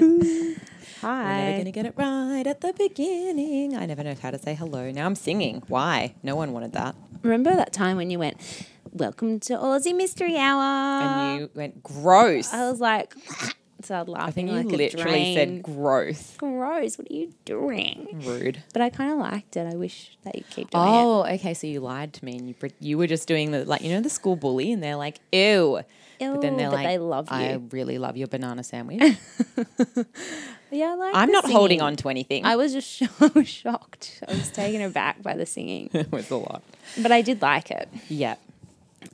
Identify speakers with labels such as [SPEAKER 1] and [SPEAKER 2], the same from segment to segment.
[SPEAKER 1] We're never
[SPEAKER 2] Hi.
[SPEAKER 1] going to get it right at the beginning. I never know how to say hello. Now I'm singing. Why? No one wanted that.
[SPEAKER 2] Remember that time when you went, Welcome to Aussie Mystery Hour?
[SPEAKER 1] and you went, gross.
[SPEAKER 2] I was like, started laughing.
[SPEAKER 1] I think you
[SPEAKER 2] like a
[SPEAKER 1] literally
[SPEAKER 2] drain.
[SPEAKER 1] said gross.
[SPEAKER 2] Gross, what are you doing?
[SPEAKER 1] Rude.
[SPEAKER 2] But I kind of liked it. I wish that you'd keep doing it.
[SPEAKER 1] Oh, okay. So you lied to me, and you pre- you were just doing the like you know the school bully, and they're like, ew. but then
[SPEAKER 2] Ew,
[SPEAKER 1] they're
[SPEAKER 2] but
[SPEAKER 1] like,
[SPEAKER 2] they love
[SPEAKER 1] I
[SPEAKER 2] you.
[SPEAKER 1] really love your banana sandwich.
[SPEAKER 2] Yeah, I like
[SPEAKER 1] I'm
[SPEAKER 2] the
[SPEAKER 1] not holding
[SPEAKER 2] singing.
[SPEAKER 1] on to anything.
[SPEAKER 2] I was just sho- I was shocked. I was taken aback by the singing,
[SPEAKER 1] it was a lot.
[SPEAKER 2] but I did like it.
[SPEAKER 1] Yeah.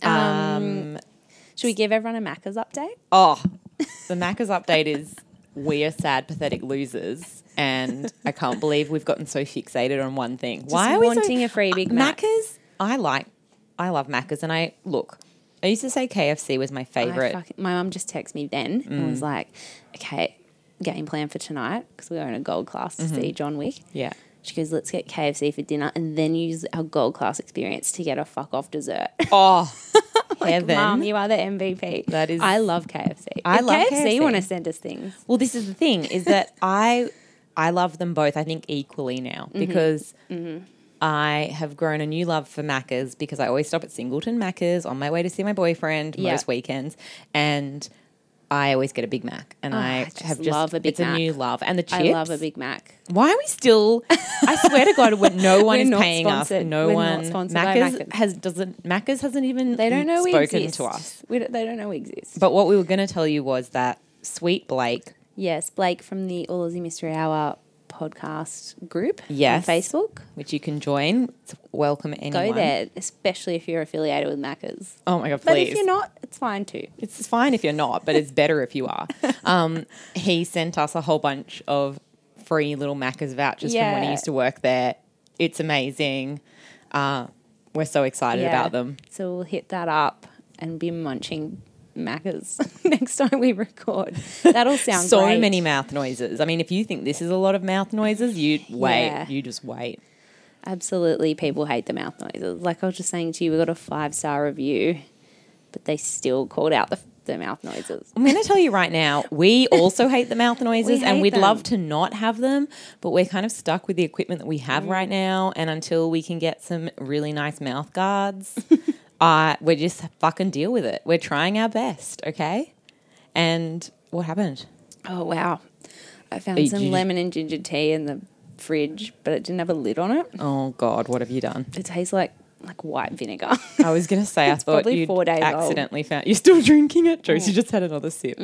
[SPEAKER 1] Um,
[SPEAKER 2] Should we give everyone a Macca's update?
[SPEAKER 1] Oh, the Macca's update is we are sad, pathetic losers. And I can't believe we've gotten so fixated on one thing. Why are we so-
[SPEAKER 2] wanting a free Big
[SPEAKER 1] Uh,
[SPEAKER 2] Mac.
[SPEAKER 1] Macca's, I like, I love Macca's. And I, look, I used to say KFC was my
[SPEAKER 2] I
[SPEAKER 1] favorite.
[SPEAKER 2] fucking, my mum just texted me then and
[SPEAKER 1] Mm.
[SPEAKER 2] was like, "Okay, game plan for tonight because we were in a gold class to
[SPEAKER 1] Mm-hmm.
[SPEAKER 2] see John Wick."
[SPEAKER 1] yeah.
[SPEAKER 2] She goes, "Let's get KFC for dinner and then use our gold class experience to get a fuck off dessert."
[SPEAKER 1] Oh, heaven.
[SPEAKER 2] Mum, you are the MVP.
[SPEAKER 1] That is-
[SPEAKER 2] I love KFC.
[SPEAKER 1] I
[SPEAKER 2] If
[SPEAKER 1] love
[SPEAKER 2] KFC.
[SPEAKER 1] KFC.
[SPEAKER 2] Want to send us things?
[SPEAKER 1] Well, this is the thing is that I I love them both. I think equally now
[SPEAKER 2] Mm-hmm.
[SPEAKER 1] because I have grown a new love for Macca's because I always stop at Singleton Macca's on my way to see my boyfriend
[SPEAKER 2] Yeah.
[SPEAKER 1] most weekends, and I always get a Big Mac, and I,
[SPEAKER 2] Ah, I just
[SPEAKER 1] have just
[SPEAKER 2] love a Big
[SPEAKER 1] it's a new
[SPEAKER 2] Mac.
[SPEAKER 1] love, and the chips.
[SPEAKER 2] I love a Big Mac.
[SPEAKER 1] Why are we still? I swear to God, when no one
[SPEAKER 2] We're
[SPEAKER 1] is
[SPEAKER 2] not
[SPEAKER 1] paying us,
[SPEAKER 2] sponsored.
[SPEAKER 1] no
[SPEAKER 2] We're not
[SPEAKER 1] one.
[SPEAKER 2] sponsored by
[SPEAKER 1] Macca's,
[SPEAKER 2] Macca's.
[SPEAKER 1] has doesn't. Macca's hasn't even
[SPEAKER 2] They don't know we
[SPEAKER 1] spoken
[SPEAKER 2] exist.
[SPEAKER 1] to us.
[SPEAKER 2] We don't, they don't know we exist.
[SPEAKER 1] But what we were going to tell you was that Sweet Blake
[SPEAKER 2] Yes, Blake from the All Aussie Mystery Hour podcast group
[SPEAKER 1] Yes.
[SPEAKER 2] on Facebook.
[SPEAKER 1] which you can join. It's welcome
[SPEAKER 2] Go
[SPEAKER 1] anyone.
[SPEAKER 2] there, especially if you're affiliated with Macca's.
[SPEAKER 1] Oh my god,
[SPEAKER 2] But
[SPEAKER 1] please.
[SPEAKER 2] if you're not, it's fine too.
[SPEAKER 1] it's fine if you're not, but it's better if you are. Um, he sent us a whole bunch of free little Macca's vouchers from when he
[SPEAKER 2] Yeah.
[SPEAKER 1] used to work there. It's amazing. Uh, we're so excited about them.
[SPEAKER 2] So we'll hit that up and be munching Macca's next time we record. That'll sound
[SPEAKER 1] so
[SPEAKER 2] great.
[SPEAKER 1] many mouth noises. I mean, if you think this is a lot of mouth noises, you wait.
[SPEAKER 2] Yeah.
[SPEAKER 1] You just wait.
[SPEAKER 2] Absolutely, people hate the mouth noises. Like I was just saying to you, we got a five star review, but they still called out the, the mouth noises.
[SPEAKER 1] I'm going to tell you right now, we also hate the mouth noises and
[SPEAKER 2] hate
[SPEAKER 1] we'd
[SPEAKER 2] them.
[SPEAKER 1] love to not have them, but we're kind of stuck with the equipment that we have
[SPEAKER 2] Mm.
[SPEAKER 1] right now. And until we can get some really nice mouth guards, uh, we just fucking deal with it. We're trying our best, okay? And what happened?
[SPEAKER 2] Oh wow! I
[SPEAKER 1] Hey,
[SPEAKER 2] found
[SPEAKER 1] did
[SPEAKER 2] some
[SPEAKER 1] you-
[SPEAKER 2] lemon and ginger tea in the fridge, but it didn't have a lid on it.
[SPEAKER 1] Oh, God, what have you done?
[SPEAKER 2] It tastes like like white vinegar.
[SPEAKER 1] I was going to say, I
[SPEAKER 2] It's
[SPEAKER 1] thought
[SPEAKER 2] probably
[SPEAKER 1] you
[SPEAKER 2] four days old.
[SPEAKER 1] accidentally found. You're still drinking it? Josie just had another sip.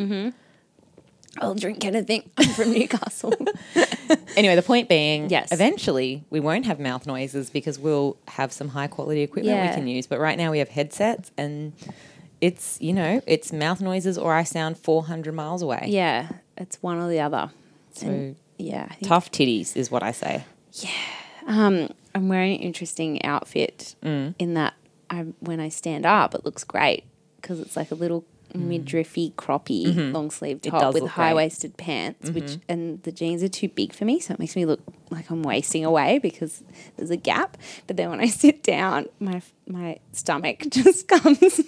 [SPEAKER 2] I'll drink anything. I'm from Newcastle.
[SPEAKER 1] Anyway, the point being,
[SPEAKER 2] Yes.
[SPEAKER 1] eventually we won't have mouth noises because we'll have some high quality equipment we
[SPEAKER 2] Yeah.
[SPEAKER 1] can use. But right now we have headsets and it's, you know, it's mouth noises or I sound 400 miles away.
[SPEAKER 2] yeah, it's one or the other.
[SPEAKER 1] So
[SPEAKER 2] Yeah, I think
[SPEAKER 1] tough titties is what I say.
[SPEAKER 2] I'm wearing an interesting outfit
[SPEAKER 1] Mm.
[SPEAKER 2] in that I when I stand up, it looks great because it's like a little midriffy croppy long sleeve
[SPEAKER 1] Mm. Mm-hmm. does
[SPEAKER 2] top
[SPEAKER 1] look
[SPEAKER 2] with
[SPEAKER 1] great. Mm-hmm.
[SPEAKER 2] high waisted pants, which and the jeans are too big for me, so it makes me look like I'm wasting away because there's a gap. But then when I sit down, my my stomach just comes.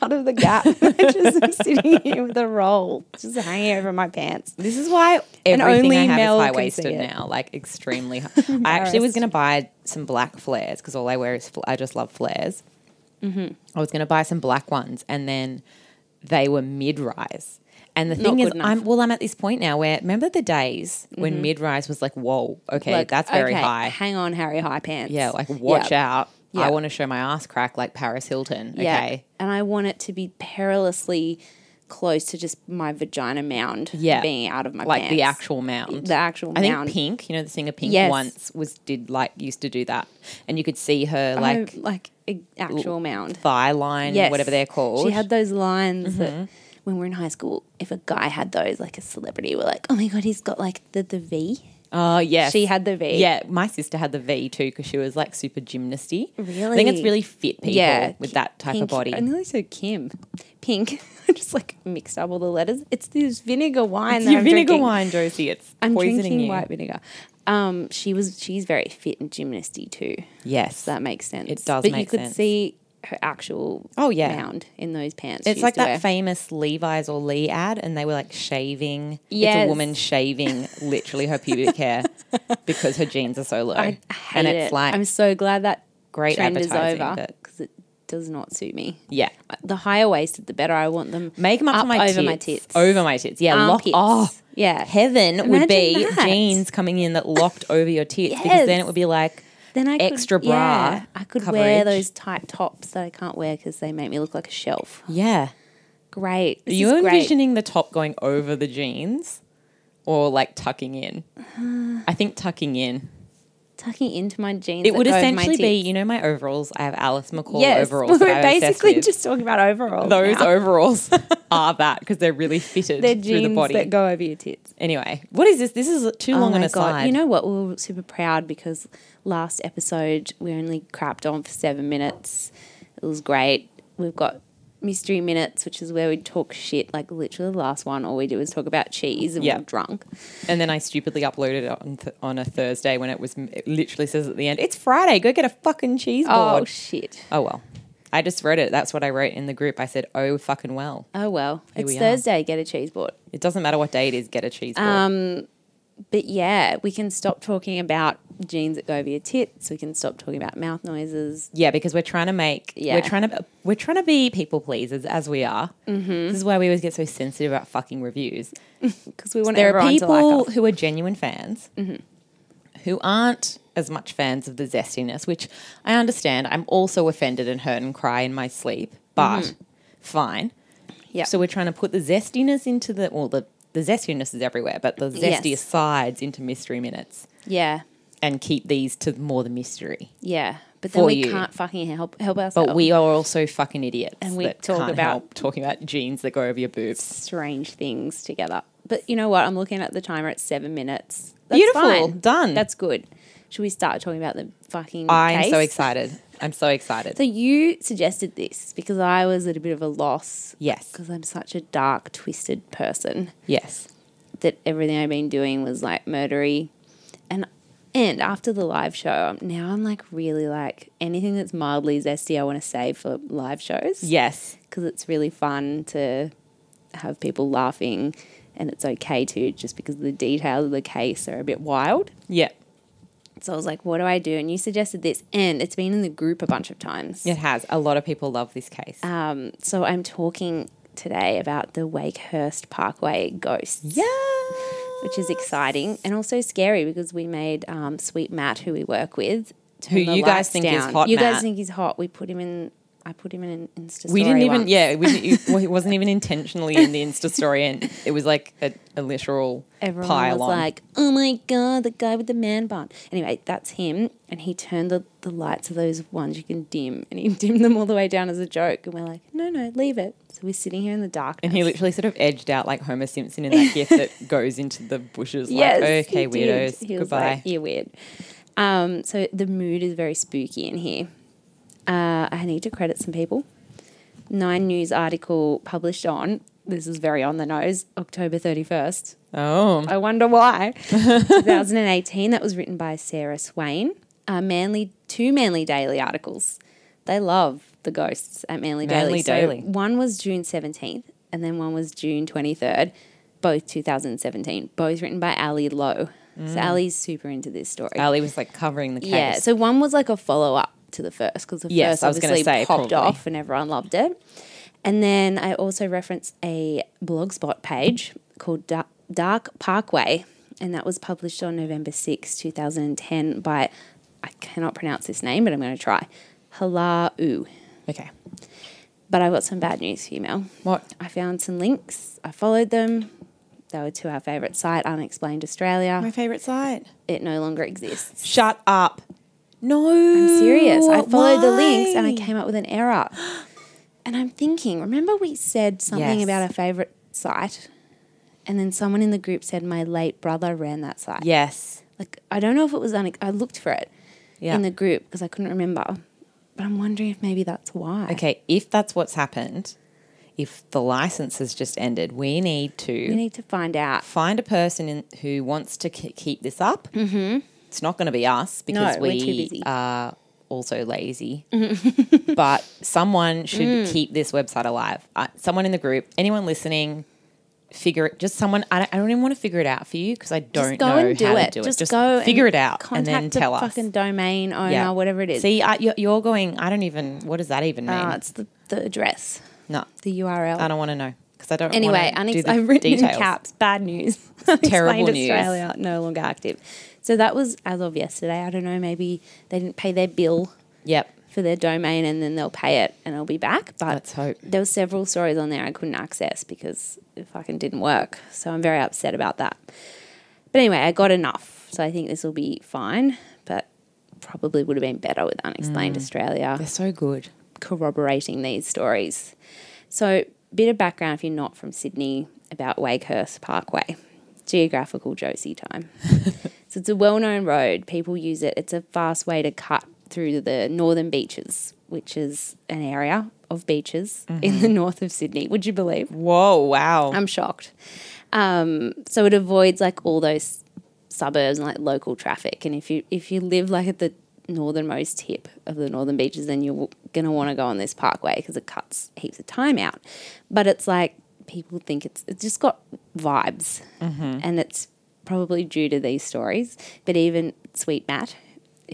[SPEAKER 2] Out of the gap, I just am sitting here with a roll just hanging over my pants.
[SPEAKER 1] This is why everything
[SPEAKER 2] only
[SPEAKER 1] I have
[SPEAKER 2] Mel
[SPEAKER 1] is
[SPEAKER 2] can
[SPEAKER 1] high waisted
[SPEAKER 2] see it.
[SPEAKER 1] now, like extremely. High. I actually was
[SPEAKER 2] Embarrassed.
[SPEAKER 1] going to buy some black flares because all I wear is fl- I just love flares.
[SPEAKER 2] Mm-hmm.
[SPEAKER 1] I was going to buy some black ones, and then they were mid rise. And the
[SPEAKER 2] Not
[SPEAKER 1] thing is,
[SPEAKER 2] good enough. Mm-hmm.
[SPEAKER 1] I'm well. I'm at this point now where remember the days when mid rise was like, whoa, okay,
[SPEAKER 2] Like,
[SPEAKER 1] that's very
[SPEAKER 2] okay,
[SPEAKER 1] high.
[SPEAKER 2] Hang on, Harry, high pants.
[SPEAKER 1] Yeah, like watch out.
[SPEAKER 2] Yeah.
[SPEAKER 1] I want to show my ass crack like Paris Hilton. Okay,
[SPEAKER 2] And I want it to be perilously close to just my vagina mound
[SPEAKER 1] yeah,
[SPEAKER 2] being out of my
[SPEAKER 1] like
[SPEAKER 2] pants.
[SPEAKER 1] the actual mound,
[SPEAKER 2] the actual
[SPEAKER 1] I think
[SPEAKER 2] mound.
[SPEAKER 1] Pink, you know, the singer Pink
[SPEAKER 2] Yes.
[SPEAKER 1] once was did like used to do that, and you could see her like
[SPEAKER 2] like like a actual mound.
[SPEAKER 1] thigh line,
[SPEAKER 2] Yes.
[SPEAKER 1] whatever they're called. Mm-hmm.
[SPEAKER 2] She had those lines that when we were in high school, if a guy had those, like a celebrity, we're like, oh my god, he's got like the the V.
[SPEAKER 1] oh yes,
[SPEAKER 2] She had the V.
[SPEAKER 1] Yeah, my sister had the V too because she was like super gymnasty. I think it's
[SPEAKER 2] Really?
[SPEAKER 1] really fit people
[SPEAKER 2] yeah,
[SPEAKER 1] with
[SPEAKER 2] Ki-
[SPEAKER 1] that type
[SPEAKER 2] Pink.
[SPEAKER 1] of body.
[SPEAKER 2] I nearly said Kim, Pink. I just like mixed up all the letters. It's this vinegar wine. That
[SPEAKER 1] Your
[SPEAKER 2] I'm
[SPEAKER 1] vinegar
[SPEAKER 2] drinking.
[SPEAKER 1] wine, Josie. It's
[SPEAKER 2] I'm
[SPEAKER 1] poisoning
[SPEAKER 2] drinking
[SPEAKER 1] you.
[SPEAKER 2] white vinegar. Um, she was she's very fit and gymnasty too.
[SPEAKER 1] Yes,
[SPEAKER 2] So that makes sense.
[SPEAKER 1] It does
[SPEAKER 2] But you
[SPEAKER 1] make
[SPEAKER 2] could
[SPEAKER 1] sense.
[SPEAKER 2] see her actual
[SPEAKER 1] Oh, yeah.
[SPEAKER 2] mound in those pants.
[SPEAKER 1] It's
[SPEAKER 2] she
[SPEAKER 1] like
[SPEAKER 2] used to
[SPEAKER 1] that
[SPEAKER 2] wear.
[SPEAKER 1] famous Levi's or Lee ad, and they were like shaving. It's
[SPEAKER 2] Yes.
[SPEAKER 1] a woman shaving literally her pubic hair because her jeans are so low.
[SPEAKER 2] I hate
[SPEAKER 1] and it's
[SPEAKER 2] it.
[SPEAKER 1] like,
[SPEAKER 2] I'm so glad that
[SPEAKER 1] great
[SPEAKER 2] trend is
[SPEAKER 1] advertising,
[SPEAKER 2] over
[SPEAKER 1] but-
[SPEAKER 2] because it does not suit me.
[SPEAKER 1] yeah.
[SPEAKER 2] The higher waisted, the better. I want them.
[SPEAKER 1] Make them up, to
[SPEAKER 2] Up
[SPEAKER 1] my
[SPEAKER 2] over
[SPEAKER 1] tits,
[SPEAKER 2] my tits.
[SPEAKER 1] Over my tits. Yeah.
[SPEAKER 2] armpits.
[SPEAKER 1] Lock. Oh,
[SPEAKER 2] yeah.
[SPEAKER 1] heaven would
[SPEAKER 2] Imagine
[SPEAKER 1] be
[SPEAKER 2] that.
[SPEAKER 1] jeans coming in that locked over your tits because then
[SPEAKER 2] Yes.
[SPEAKER 1] it would be like,
[SPEAKER 2] then I could-
[SPEAKER 1] extra bra
[SPEAKER 2] yeah, I could
[SPEAKER 1] coverage.
[SPEAKER 2] wear those tight tops that I can't wear because they make me look like a shelf.
[SPEAKER 1] yeah.
[SPEAKER 2] Great. This
[SPEAKER 1] Are you
[SPEAKER 2] is great.
[SPEAKER 1] envisioning the top going over the jeans or like tucking in?
[SPEAKER 2] Uh,
[SPEAKER 1] I think tucking in.
[SPEAKER 2] tucking into my jeans?
[SPEAKER 1] It would
[SPEAKER 2] that go over my
[SPEAKER 1] essentially be,
[SPEAKER 2] tits?
[SPEAKER 1] you know, my overalls. I have Alice McCall
[SPEAKER 2] yes.
[SPEAKER 1] overalls. that
[SPEAKER 2] We're
[SPEAKER 1] I'm obsessed
[SPEAKER 2] basically
[SPEAKER 1] with.
[SPEAKER 2] just talking about overalls.
[SPEAKER 1] those
[SPEAKER 2] now.
[SPEAKER 1] overalls are that because they're really fitted
[SPEAKER 2] They're
[SPEAKER 1] through
[SPEAKER 2] jeans
[SPEAKER 1] the body.
[SPEAKER 2] that go over your tits. Oh
[SPEAKER 1] anyway, what is this? This is too long an aside.
[SPEAKER 2] You know what? We were super proud because last episode we only crapped on for seven minutes. It was great. We've got mystery minutes, which is where we talk shit. Like literally, the last one, all we do is talk about cheese and
[SPEAKER 1] Yeah.
[SPEAKER 2] we're drunk.
[SPEAKER 1] and then I stupidly uploaded it on, th- on a Thursday when it was it literally says at the end, "It's Friday. Go get a fucking cheese
[SPEAKER 2] Oh
[SPEAKER 1] board."
[SPEAKER 2] shit!
[SPEAKER 1] oh well, I just wrote it. That's what I wrote in the group. I said, "Oh fucking well."
[SPEAKER 2] Oh well, it's
[SPEAKER 1] we are.
[SPEAKER 2] Thursday. Get a cheese board.
[SPEAKER 1] It doesn't matter what day it is. Get a cheese board.
[SPEAKER 2] Um, But yeah, we can stop talking about jeans that go over your tits. We can stop talking about mouth noises.
[SPEAKER 1] Yeah, because we're trying to make
[SPEAKER 2] Yeah.
[SPEAKER 1] we're trying to we're trying to be people pleasers as we are. Mm-hmm. This is why we always get so sensitive about fucking reviews.
[SPEAKER 2] Because we want
[SPEAKER 1] There are
[SPEAKER 2] everyone to like
[SPEAKER 1] people
[SPEAKER 2] us.
[SPEAKER 1] who are genuine fans who aren't as much fans of the zestiness, which I understand. I'm also offended and hurt and cry in my sleep, but fine.
[SPEAKER 2] Mm-hmm. Yeah.
[SPEAKER 1] So we're trying to put the zestiness into the well the the zestiness is everywhere, but the
[SPEAKER 2] Yes.
[SPEAKER 1] zestiest sides into mystery minutes
[SPEAKER 2] Yeah,
[SPEAKER 1] and keep these to more the mystery.
[SPEAKER 2] yeah. But then
[SPEAKER 1] For
[SPEAKER 2] we
[SPEAKER 1] you.
[SPEAKER 2] can't fucking help help ourselves.
[SPEAKER 1] But we are also fucking idiots. And
[SPEAKER 2] we talk about-
[SPEAKER 1] talking about jeans that go over your boobs.
[SPEAKER 2] strange things together. But you know what? I'm looking at the timer. It's seven minutes. That's
[SPEAKER 1] Beautiful.
[SPEAKER 2] fine.
[SPEAKER 1] Done.
[SPEAKER 2] That's good. Should we start talking about the fucking?
[SPEAKER 1] I'm
[SPEAKER 2] case?
[SPEAKER 1] so excited. I'm so excited.
[SPEAKER 2] So you suggested this because I was at a bit of a loss.
[SPEAKER 1] yes.
[SPEAKER 2] Because I'm such a dark, twisted person
[SPEAKER 1] Yes.
[SPEAKER 2] that everything I've been doing was like murdery, and and after the live show, I'm- now I'm like really like anything that's mildly zesty, I want to save for live shows.
[SPEAKER 1] Yes.
[SPEAKER 2] because it's really fun to have people laughing and it's okay to just because the details of the case are a bit wild.
[SPEAKER 1] Yep.
[SPEAKER 2] So I was like, what do I do? And you suggested this, and it's been in the group a bunch of times.
[SPEAKER 1] It has. A lot of people love this case.
[SPEAKER 2] Um, so I'm talking today about the Wakehurst Parkway ghosts,
[SPEAKER 1] yeah.
[SPEAKER 2] which is exciting and also scary because we made um, Sweet Matt, who we work with, turn
[SPEAKER 1] Who
[SPEAKER 2] the
[SPEAKER 1] you guys
[SPEAKER 2] lights
[SPEAKER 1] think is
[SPEAKER 2] down.
[SPEAKER 1] hot,
[SPEAKER 2] You guys
[SPEAKER 1] Matt.
[SPEAKER 2] think he's hot. We put him in. I put him in an Insta.
[SPEAKER 1] We
[SPEAKER 2] story
[SPEAKER 1] didn't even,
[SPEAKER 2] once.
[SPEAKER 1] yeah, we didn't, well, it wasn't even intentionally in the Insta story. And it was like a, a literal
[SPEAKER 2] everyone
[SPEAKER 1] pile
[SPEAKER 2] was
[SPEAKER 1] on.
[SPEAKER 2] like, "Oh my god, the guy with the man bun." Anyway, that's him, and he turned the, the lights of those ones you can dim, and he dimmed them all the way down as a joke. And we're like, "No, no, leave it." So we're sitting here in the darkness.
[SPEAKER 1] and he literally sort of edged out like Homer Simpson in that gift that goes into the bushes.
[SPEAKER 2] yes,
[SPEAKER 1] like, okay,
[SPEAKER 2] he did.
[SPEAKER 1] weirdos.
[SPEAKER 2] He was
[SPEAKER 1] Goodbye.
[SPEAKER 2] like, "You're weird." Um, so the mood is very spooky in here. Uh, I need to credit some people. Nine News article published on this is very on the nose, October thirty first.
[SPEAKER 1] oh.
[SPEAKER 2] I wonder why. 2018, that was written by Sarah Swain. Uh, Manly, two Manly Daily articles. They love the ghosts at Manly,
[SPEAKER 1] Manly
[SPEAKER 2] Daily. So
[SPEAKER 1] Daily.
[SPEAKER 2] one was June 17th and then one was June 23rd, both 2017, both written by Ali Lowe. So
[SPEAKER 1] Mm.
[SPEAKER 2] Ali's super into this story.
[SPEAKER 1] Ali was like covering the case.
[SPEAKER 2] Yeah. So one was like a follow up to the first because the
[SPEAKER 1] Yes,
[SPEAKER 2] first
[SPEAKER 1] I was gonna
[SPEAKER 2] obviously
[SPEAKER 1] say,
[SPEAKER 2] popped
[SPEAKER 1] probably.
[SPEAKER 2] off and everyone loved it. And then I also referenced a blogspot page called Da- Dark Parkway, and that was published on November 6, 2010 by, I cannot pronounce this name, but I'm going to try, Halau.
[SPEAKER 1] okay.
[SPEAKER 2] But I've got some bad news for you, Mel.
[SPEAKER 1] What?
[SPEAKER 2] I found some links. I followed them. They were to our favourite site, Unexplained Australia.
[SPEAKER 1] My favorite site.
[SPEAKER 2] It no longer exists.
[SPEAKER 1] Shut up. No.
[SPEAKER 2] I'm serious. I followed the links and I came up with an error. And I'm thinking, remember we said something
[SPEAKER 1] Yes.
[SPEAKER 2] about our favorite site? And then someone in the group said my late brother ran that site.
[SPEAKER 1] Yes.
[SPEAKER 2] Like I don't know if it was unex- I looked for it
[SPEAKER 1] Yeah.
[SPEAKER 2] in the group because I couldn't remember. But I'm wondering if maybe that's why.
[SPEAKER 1] okay, if that's what's happened, if the license has just ended, we need to
[SPEAKER 2] We need to find out.
[SPEAKER 1] find a person in, who wants to k- keep this up. Mm-hmm. It's not going to be us because
[SPEAKER 2] No,
[SPEAKER 1] we
[SPEAKER 2] we're too busy. Mm-hmm.
[SPEAKER 1] are also lazy. but someone should
[SPEAKER 2] Mm.
[SPEAKER 1] keep this website alive. Uh, someone in the group, anyone listening, figure it. Just someone. I don't, I don't even want to figure it out for you because I don't
[SPEAKER 2] go
[SPEAKER 1] know
[SPEAKER 2] and do
[SPEAKER 1] how
[SPEAKER 2] it.
[SPEAKER 1] to do
[SPEAKER 2] Just
[SPEAKER 1] it. Just
[SPEAKER 2] go and
[SPEAKER 1] figure it out and
[SPEAKER 2] Contact
[SPEAKER 1] then
[SPEAKER 2] the
[SPEAKER 1] tell us.
[SPEAKER 2] fucking domain owner,
[SPEAKER 1] Yeah.
[SPEAKER 2] whatever it is.
[SPEAKER 1] See, I, you're, you're going. I don't even. What does that even mean?
[SPEAKER 2] Uh, it's the, the address,
[SPEAKER 1] no,
[SPEAKER 2] the URL.
[SPEAKER 1] I don't want to know because I don't.
[SPEAKER 2] Anyway,
[SPEAKER 1] wanna do
[SPEAKER 2] unex-
[SPEAKER 1] the
[SPEAKER 2] I've written
[SPEAKER 1] details.
[SPEAKER 2] in caps. Bad news.
[SPEAKER 1] terrible
[SPEAKER 2] Explained
[SPEAKER 1] news.
[SPEAKER 2] Australia no longer active. So that was as of yesterday. I don't know. Maybe they didn't pay their bill
[SPEAKER 1] Yep.
[SPEAKER 2] for their domain, and then they'll pay it, and it'll be back. But
[SPEAKER 1] Let's hope.
[SPEAKER 2] there were several stories on there I couldn't access because it fucking didn't work. So I'm very upset about that. But anyway, I got enough, so I think this will be fine. But probably would have been better with Unexplained
[SPEAKER 1] Mm.
[SPEAKER 2] Australia
[SPEAKER 1] They're so good.
[SPEAKER 2] corroborating these stories. So, bit of background if you're not from Sydney about Wakehurst Parkway, geographical Josie time. so, it's a well known road, people use it. It's a fast way to cut through the northern beaches, which is an area of beaches in the north of Sydney. Would you believe?
[SPEAKER 1] Whoa! Wow.
[SPEAKER 2] I'm shocked. Um, so it avoids like all those suburbs and like local traffic. And if you if you live like at the northernmost tip of the northern beaches, then you're gonna want to go on this parkway because it cuts heaps of time out. But it's like people think it's it's just got vibes, and it's probably due to these stories. But even Sweet Matt.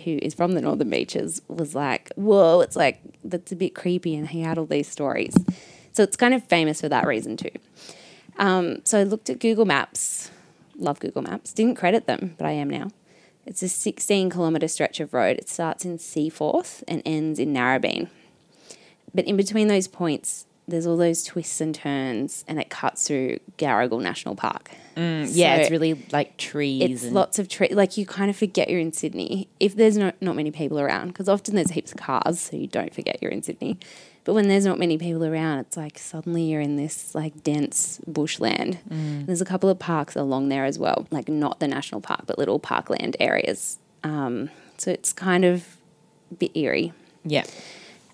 [SPEAKER 2] Who is from the Northern Beaches was like, whoa, it's like, that's a bit creepy. And he had all these stories. So it's kind of famous for that reason, too. Um, so I looked at Google Maps, love Google Maps, didn't credit them, but I am now. It's a 16 kilometre stretch of road. It starts in Seaforth and ends in Narrabeen. But in between those points, there's all those twists and turns, and it cuts through Garrigal National Park.
[SPEAKER 1] Mm, yeah,
[SPEAKER 2] So
[SPEAKER 1] it's really like trees.
[SPEAKER 2] it's
[SPEAKER 1] and,
[SPEAKER 2] lots of trees. Like you kind of forget you're in Sydney if there's not not many people around, because often there's heaps of cars, so you don't forget you're in Sydney. But when there's not many people around, it's like suddenly you're in this like dense bushland. There's a couple of parks along there as well, like not the national park, but little parkland areas. Um, so it's kind of a bit eerie
[SPEAKER 1] yeah.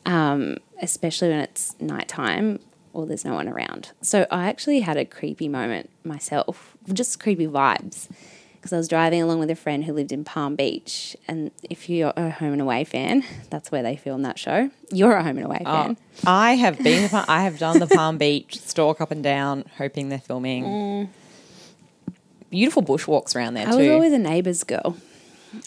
[SPEAKER 2] um, especially when it's nighttime or there's no one around. So I actually had a creepy moment myself, just creepy vibes, because I was driving along with a friend who lived in Palm Beach. And if you're a Home and Away fan, that's where they film that show. You're a Home and Away
[SPEAKER 1] Oh,
[SPEAKER 2] fan.
[SPEAKER 1] I have been. The, Palm- I have done the Palm Beach stalk up and down, hoping they're filming. Beautiful bushwalks around there
[SPEAKER 2] Mm. I
[SPEAKER 1] too.
[SPEAKER 2] was always a neighbour's girl.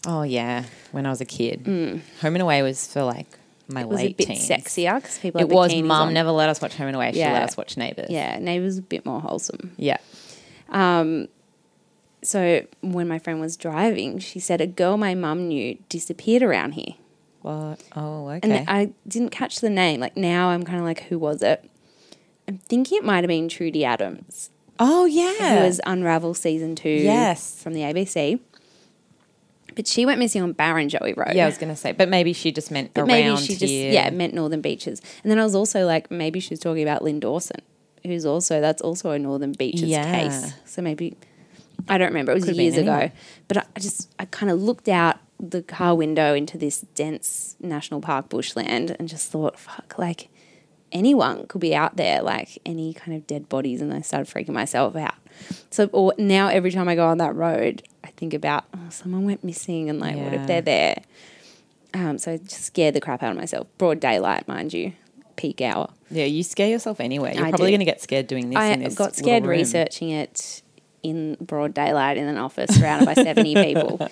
[SPEAKER 1] oh yeah, when I was a kid, Home and Away was for like my
[SPEAKER 2] Mm. It was
[SPEAKER 1] late
[SPEAKER 2] a bit
[SPEAKER 1] teens.
[SPEAKER 2] sexier because people.
[SPEAKER 1] It
[SPEAKER 2] had
[SPEAKER 1] was.
[SPEAKER 2] bikinis
[SPEAKER 1] Mum
[SPEAKER 2] on.
[SPEAKER 1] never let us watch Home and Away. She let
[SPEAKER 2] Yeah.
[SPEAKER 1] us watch Neighbours.
[SPEAKER 2] Yeah, neighbours a bit more wholesome.
[SPEAKER 1] Yeah.
[SPEAKER 2] So when my friend was driving, she said a girl my mum knew disappeared around here.
[SPEAKER 1] What? Oh, okay.
[SPEAKER 2] And I didn't catch the name. Like now I'm kind of like, who was it? I'm thinking it might have been Trudy Adams,
[SPEAKER 1] oh
[SPEAKER 2] who
[SPEAKER 1] yeah.
[SPEAKER 2] was Unravel season two
[SPEAKER 1] Yes.
[SPEAKER 2] from the ABC. But she went missing on Barrenjoey Road.
[SPEAKER 1] yeah, I was gonna say, but maybe she just meant
[SPEAKER 2] But
[SPEAKER 1] around
[SPEAKER 2] maybe she just,
[SPEAKER 1] here.
[SPEAKER 2] yeah, meant Northern Beaches. And then I was also like, maybe she was talking about Lynn Dawson, who's also, that's also a Northern Beaches
[SPEAKER 1] Yeah.
[SPEAKER 2] case. So maybe, I don't remember, it was
[SPEAKER 1] Could've
[SPEAKER 2] years
[SPEAKER 1] been
[SPEAKER 2] ago.
[SPEAKER 1] anyone.
[SPEAKER 2] But I I just, I kind of looked out the car window into this dense national park bushland and just thought, fuck, like anyone could be out there, like any kind of dead bodies. And I started freaking myself out. So or now every time I go on that road, I think about, oh, someone went missing and like, what
[SPEAKER 1] Yeah.
[SPEAKER 2] if they're there? Um, so I just scared the crap out of myself. Broad daylight, mind you, peak hour.
[SPEAKER 1] Yeah, you scare yourself anyway. You're
[SPEAKER 2] I
[SPEAKER 1] probably
[SPEAKER 2] do.
[SPEAKER 1] gonna get scared doing this.
[SPEAKER 2] I
[SPEAKER 1] in this
[SPEAKER 2] got
[SPEAKER 1] little
[SPEAKER 2] scared
[SPEAKER 1] room.
[SPEAKER 2] researching it in broad daylight in an office surrounded by 70 people.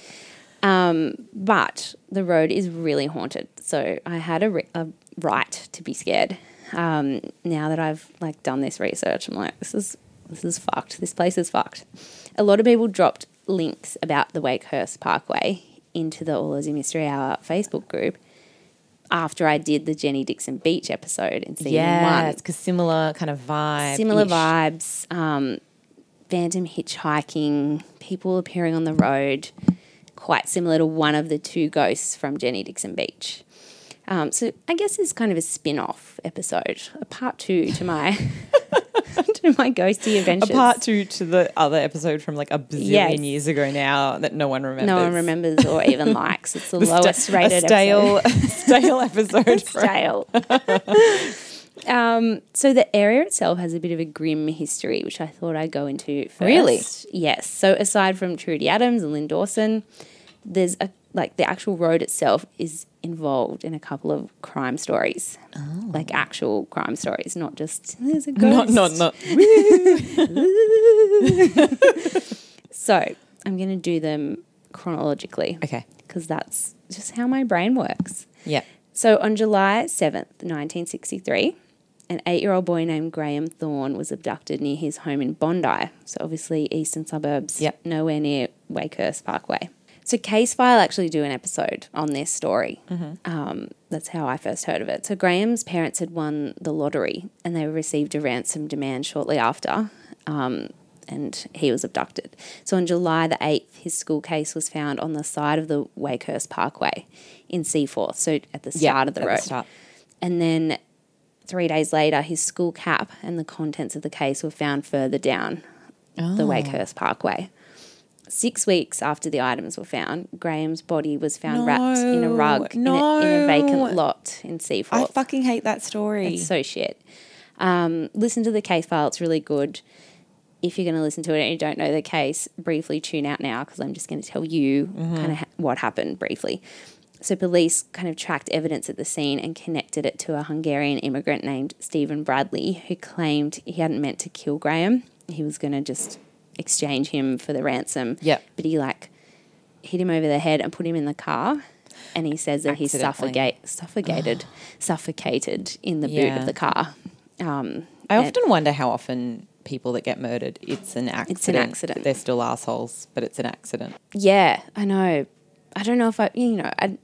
[SPEAKER 2] Um, but the road is really haunted. So I had a, ri- a right to be scared. Um, now that I've like done this research, I'm like, this is, this is fucked. This place is fucked. A lot of people dropped links about the Wakehurst Parkway into the All Aussie Mystery Hour Facebook group after I did the Jenny Dixon Beach episode in season
[SPEAKER 1] Yeah,
[SPEAKER 2] one
[SPEAKER 1] it's because similar kind of vibe.
[SPEAKER 2] similar vibes um, phantom hitchhiking people appearing on the road quite similar to one of the two ghosts from jenny dixon beach um, so i guess it's kind of a spin-off episode a part two to my to my ghosty
[SPEAKER 1] A
[SPEAKER 2] adventures
[SPEAKER 1] part two to the other episode from like a bazillion
[SPEAKER 2] Yes.
[SPEAKER 1] years ago now that no one remembers.
[SPEAKER 2] no one remembers or even likes it's the,
[SPEAKER 1] The sta-
[SPEAKER 2] lowest rated
[SPEAKER 1] a stale, stale episode.
[SPEAKER 2] episode. stale um, so the area itself has a bit of a grim history, which I thought I'd go into first.
[SPEAKER 1] Really?
[SPEAKER 2] Yes. So aside from Trudy Adams and Lynn Dawson, there's a like the actual road itself is involved in a couple of crime stories, like actual crime stories, not just there's a
[SPEAKER 1] Oh. Not,
[SPEAKER 2] ghost.
[SPEAKER 1] not, not.
[SPEAKER 2] So I'm gonna do them chronologically
[SPEAKER 1] Okay.
[SPEAKER 2] because that's just how my brain works.
[SPEAKER 1] Yeah.
[SPEAKER 2] So on July 7th, 1963, an eight year old boy named Graham Thorne was abducted near his home in Bondi. So obviously, eastern suburbs,
[SPEAKER 1] Yep.
[SPEAKER 2] nowhere near Wakehurst Parkway. So Case File actually do an episode on this story. Um, that's how I first heard of it. So Graham's parents had won the lottery and they received a ransom demand shortly after. Um, and he was abducted. So on July the 8th, his school case was found on the side of the Wakehurst Parkway in Seaforth, so at the start
[SPEAKER 1] Yeah,
[SPEAKER 2] of the
[SPEAKER 1] at the
[SPEAKER 2] road.
[SPEAKER 1] start.
[SPEAKER 2] And then three days later, his school cap and the contents of the case were found further down
[SPEAKER 1] Oh.
[SPEAKER 2] the Wakehurst Parkway. Six weeks after the items were found, Graham's body was found wrapped in a
[SPEAKER 1] No,
[SPEAKER 2] rug in, a, in a
[SPEAKER 1] no.
[SPEAKER 2] vacant lot in
[SPEAKER 1] I
[SPEAKER 2] Seaforth.
[SPEAKER 1] fucking hate that story.
[SPEAKER 2] It's so shit. Um, listen to the case file; it's really good. If you're going to listen to it and you don't know the case, briefly tune out now because I'm just going to tell you
[SPEAKER 1] Mm-hmm.
[SPEAKER 2] kind of ha- what happened briefly. So, police kind of tracked evidence at the scene and connected it to a Hungarian immigrant named Stephen Bradley, who claimed he hadn't meant to kill Graham. He was going to just exchange him for the ransom.
[SPEAKER 1] Yep.
[SPEAKER 2] But he like hit him over the head and put him in the car. And he says that he
[SPEAKER 1] Accidentally.
[SPEAKER 2] suffocate, suffocated, suffocated in the boot
[SPEAKER 1] Yeah.
[SPEAKER 2] of the car. Um,
[SPEAKER 1] I
[SPEAKER 2] and-
[SPEAKER 1] often wonder how often people that get murdered, it's an accident.
[SPEAKER 2] accident.
[SPEAKER 1] They're still assholes, but it's an accident.
[SPEAKER 2] yeah, I know. I don't know if I, you know, I,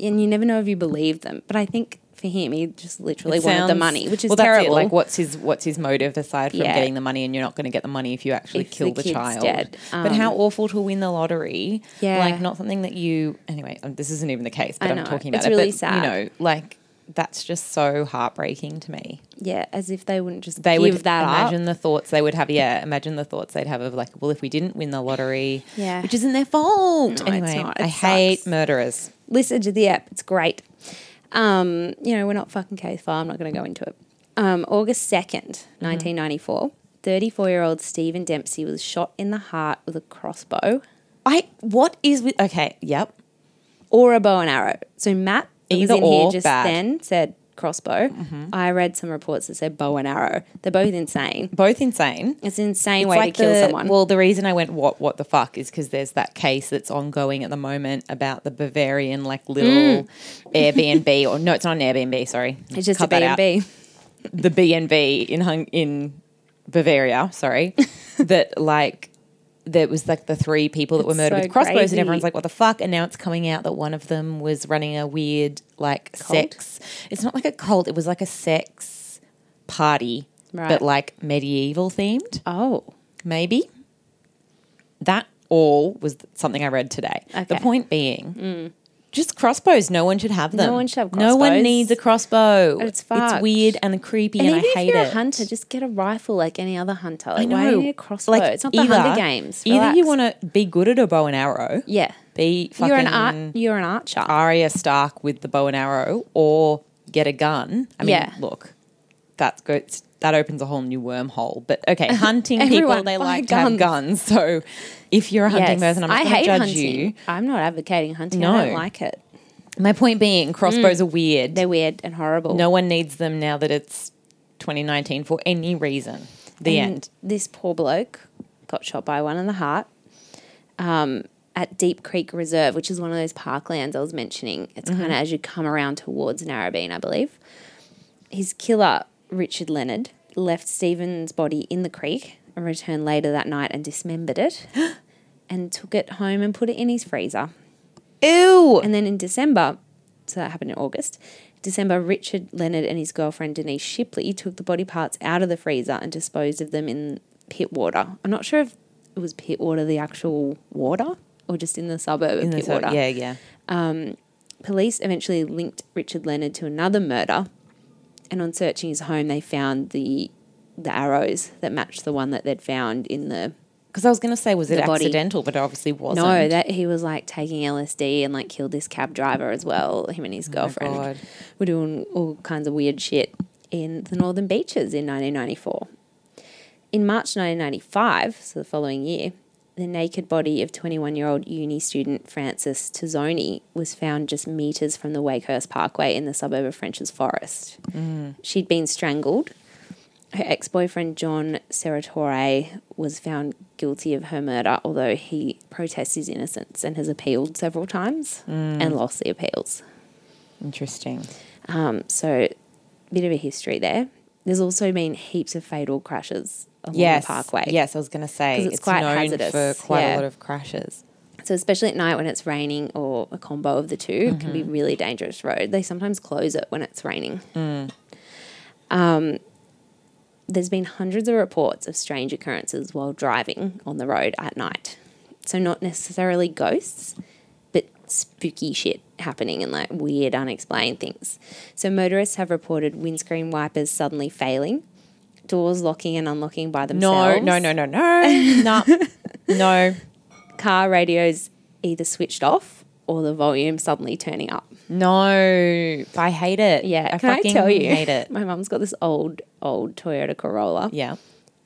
[SPEAKER 2] and you never know if you believe them. But I think for him, he just literally
[SPEAKER 1] It
[SPEAKER 2] wanted the
[SPEAKER 1] sounds-
[SPEAKER 2] money, which is
[SPEAKER 1] well, that's it,
[SPEAKER 2] terrible.
[SPEAKER 1] Like, what's his what's his motive aside from
[SPEAKER 2] Yeah.
[SPEAKER 1] getting the money? And you're not going to get the money if you actually
[SPEAKER 2] If
[SPEAKER 1] kill
[SPEAKER 2] the
[SPEAKER 1] the,
[SPEAKER 2] kid's
[SPEAKER 1] child.
[SPEAKER 2] dead.
[SPEAKER 1] but how
[SPEAKER 2] Um,
[SPEAKER 1] awful to win the lottery!
[SPEAKER 2] Yeah.
[SPEAKER 1] like not something that you. Anyway, um, this isn't even the case, but
[SPEAKER 2] I
[SPEAKER 1] I'm
[SPEAKER 2] know.
[SPEAKER 1] talking about
[SPEAKER 2] It's
[SPEAKER 1] it.
[SPEAKER 2] really
[SPEAKER 1] but,
[SPEAKER 2] sad.
[SPEAKER 1] You know, like that's just so heartbreaking to me.
[SPEAKER 2] yeah, as if they wouldn't just
[SPEAKER 1] They
[SPEAKER 2] give
[SPEAKER 1] would
[SPEAKER 2] that up.
[SPEAKER 1] imagine the thoughts they would have. Yeah, imagine the thoughts they'd have of like, well, if we didn't win the lottery,
[SPEAKER 2] Yeah.
[SPEAKER 1] which isn't their fault.
[SPEAKER 2] No, it's
[SPEAKER 1] anyway,
[SPEAKER 2] not. It
[SPEAKER 1] I hate
[SPEAKER 2] sucks.
[SPEAKER 1] murderers.
[SPEAKER 2] listen to the app. It's great. Um, you know, we're not fucking case file. I'm not going to go into it. Um, August 2nd,
[SPEAKER 1] Mm-hmm.
[SPEAKER 2] 1994, 34 year old Stephen Dempsey was shot in the heart with a crossbow
[SPEAKER 1] I what is with okay? Yep.
[SPEAKER 2] or a bow and arrow. So Matt, who was
[SPEAKER 1] Either
[SPEAKER 2] in here
[SPEAKER 1] or,
[SPEAKER 2] just
[SPEAKER 1] bad.
[SPEAKER 2] then, said crossbow. I read some reports that said bow and arrow. They're both insane.
[SPEAKER 1] Both insane.
[SPEAKER 2] It's an insane
[SPEAKER 1] It's
[SPEAKER 2] way to kill
[SPEAKER 1] the-
[SPEAKER 2] someone.
[SPEAKER 1] Well, the reason I went what what the fuck is because there's that case that's ongoing at the moment about the Bavarian like little Airbnb or no, it's not an Airbnb. Sorry,
[SPEAKER 2] Hmm. it's just
[SPEAKER 1] Cut
[SPEAKER 2] a
[SPEAKER 1] that out.
[SPEAKER 2] B&B.
[SPEAKER 1] The BNB in Hung- in Bavaria. Sorry, that like. There was like the three people that were
[SPEAKER 2] It's
[SPEAKER 1] murdered
[SPEAKER 2] so
[SPEAKER 1] with crossbows,
[SPEAKER 2] crazy.
[SPEAKER 1] and everyone's like, "What the fuck?" And now it's coming out that one of them was running a weird like
[SPEAKER 2] Cult?
[SPEAKER 1] sex. It's not like a cult; it was like a sex party,
[SPEAKER 2] Right.
[SPEAKER 1] but like medieval themed
[SPEAKER 2] Oh,
[SPEAKER 1] maybe that all was something I read today. The
[SPEAKER 2] Okay. Mm.
[SPEAKER 1] point being, just crossbows. No one should have them.
[SPEAKER 2] one should have
[SPEAKER 1] No one
[SPEAKER 2] crossbows.
[SPEAKER 1] needs a crossbow.
[SPEAKER 2] It's fucked.
[SPEAKER 1] weird and creepy, and,
[SPEAKER 2] and, even
[SPEAKER 1] I hate
[SPEAKER 2] if you're
[SPEAKER 1] it.
[SPEAKER 2] a hunter, just get a rifle like any other hunter. Like,
[SPEAKER 1] No.
[SPEAKER 2] why do you need a crossbow?
[SPEAKER 1] Like,
[SPEAKER 2] it's not the Hunger Games.
[SPEAKER 1] Either you
[SPEAKER 2] Relax.
[SPEAKER 1] want to be good at a bow and arrow.
[SPEAKER 2] Yeah.
[SPEAKER 1] Be fucking
[SPEAKER 2] You're an art you're an archer.
[SPEAKER 1] Arya Stark with the bow and arrow, or get a gun. I mean,
[SPEAKER 2] Yeah.
[SPEAKER 1] look, that's good. That opens a whole new wormhole. But okay, hunting people
[SPEAKER 2] Everyone
[SPEAKER 1] they
[SPEAKER 2] buy
[SPEAKER 1] like to have guns. So if you're a hunting person, I'm not going to judge you.
[SPEAKER 2] I'm not advocating hunting.
[SPEAKER 1] No.
[SPEAKER 2] I don't like it.
[SPEAKER 1] My point being,
[SPEAKER 2] Mm.
[SPEAKER 1] crossbows are weird.
[SPEAKER 2] They're weird and horrible.
[SPEAKER 1] no one needs them now that it's 2019 for any reason. The
[SPEAKER 2] And
[SPEAKER 1] end.
[SPEAKER 2] This poor bloke got shot by one in the heart. Um at Deep Creek Reserve, which is one of those parklands I was mentioning. It's
[SPEAKER 1] Mm-hmm.
[SPEAKER 2] kind of as you come around towards Narrabeen, I believe. His killer, Richard Leonard, left Stephen's body in the creek and returned later that night and dismembered it and took it home and put it in his freezer.
[SPEAKER 1] Ew.
[SPEAKER 2] And then in December, so that happened in August, December, Richard Leonard and his girlfriend Denise Shipley took the body parts out of the freezer and disposed of them in pit water. I'm not sure if it was pit water, the actual water, or just in the suburb of
[SPEAKER 1] In the
[SPEAKER 2] pit
[SPEAKER 1] so-
[SPEAKER 2] water.
[SPEAKER 1] yeah, yeah.
[SPEAKER 2] Police eventually linked Richard Leonard to another murder, and on searching his home, they found the the arrows that matched the one that they'd found in the
[SPEAKER 1] Because I was going to say, was it
[SPEAKER 2] The body.
[SPEAKER 1] accidental? But it obviously wasn't.
[SPEAKER 2] no that he was like taking LSD and like killed this cab driver as well. Him and
[SPEAKER 1] Mm.
[SPEAKER 2] his girlfriend
[SPEAKER 1] God.
[SPEAKER 2] were doing all kinds of weird shit in the Northern Beaches in 1994. In March 1995, so the following year, the naked body of 21 year old uni student Francis Tazzoni was found just metres from the Wakehurst Parkway in the suburb of French's Forest. She'd been strangled. Her ex boyfriend, John Seratore, was found guilty of her murder, although he protests his innocence and has appealed several times and lost the appeals.
[SPEAKER 1] Interesting.
[SPEAKER 2] Um, so, bit of a history there. There's also been heaps of fatal crashes along
[SPEAKER 1] Yes.
[SPEAKER 2] the parkway.
[SPEAKER 1] Yes, I was going to say
[SPEAKER 2] 'Cause
[SPEAKER 1] it's,
[SPEAKER 2] it's quite
[SPEAKER 1] known
[SPEAKER 2] hazardous,
[SPEAKER 1] for quite a
[SPEAKER 2] yeah.
[SPEAKER 1] lot of crashes.
[SPEAKER 2] So especially at night when it's raining or a combo of the 2 it can be
[SPEAKER 1] Mm-hmm.
[SPEAKER 2] really dangerous road. They sometimes close it when it's raining. Um,
[SPEAKER 1] Mm.
[SPEAKER 2] there's been hundreds of reports of strange occurrences while driving on the road at night. So not necessarily ghosts, but spooky shit happening and like weird unexplained things. So motorists have reported windscreen wipers suddenly failing, doors locking and unlocking by
[SPEAKER 1] No,
[SPEAKER 2] themselves
[SPEAKER 1] no, no, no, no, no, no,
[SPEAKER 2] car radios either switched off or the volume suddenly turning up.
[SPEAKER 1] no. I hate it.
[SPEAKER 2] Yeah,
[SPEAKER 1] I
[SPEAKER 2] can I
[SPEAKER 1] fucking
[SPEAKER 2] tell you?
[SPEAKER 1] hate it.
[SPEAKER 2] My mum's got this old, old Toyota Corolla,
[SPEAKER 1] Yeah.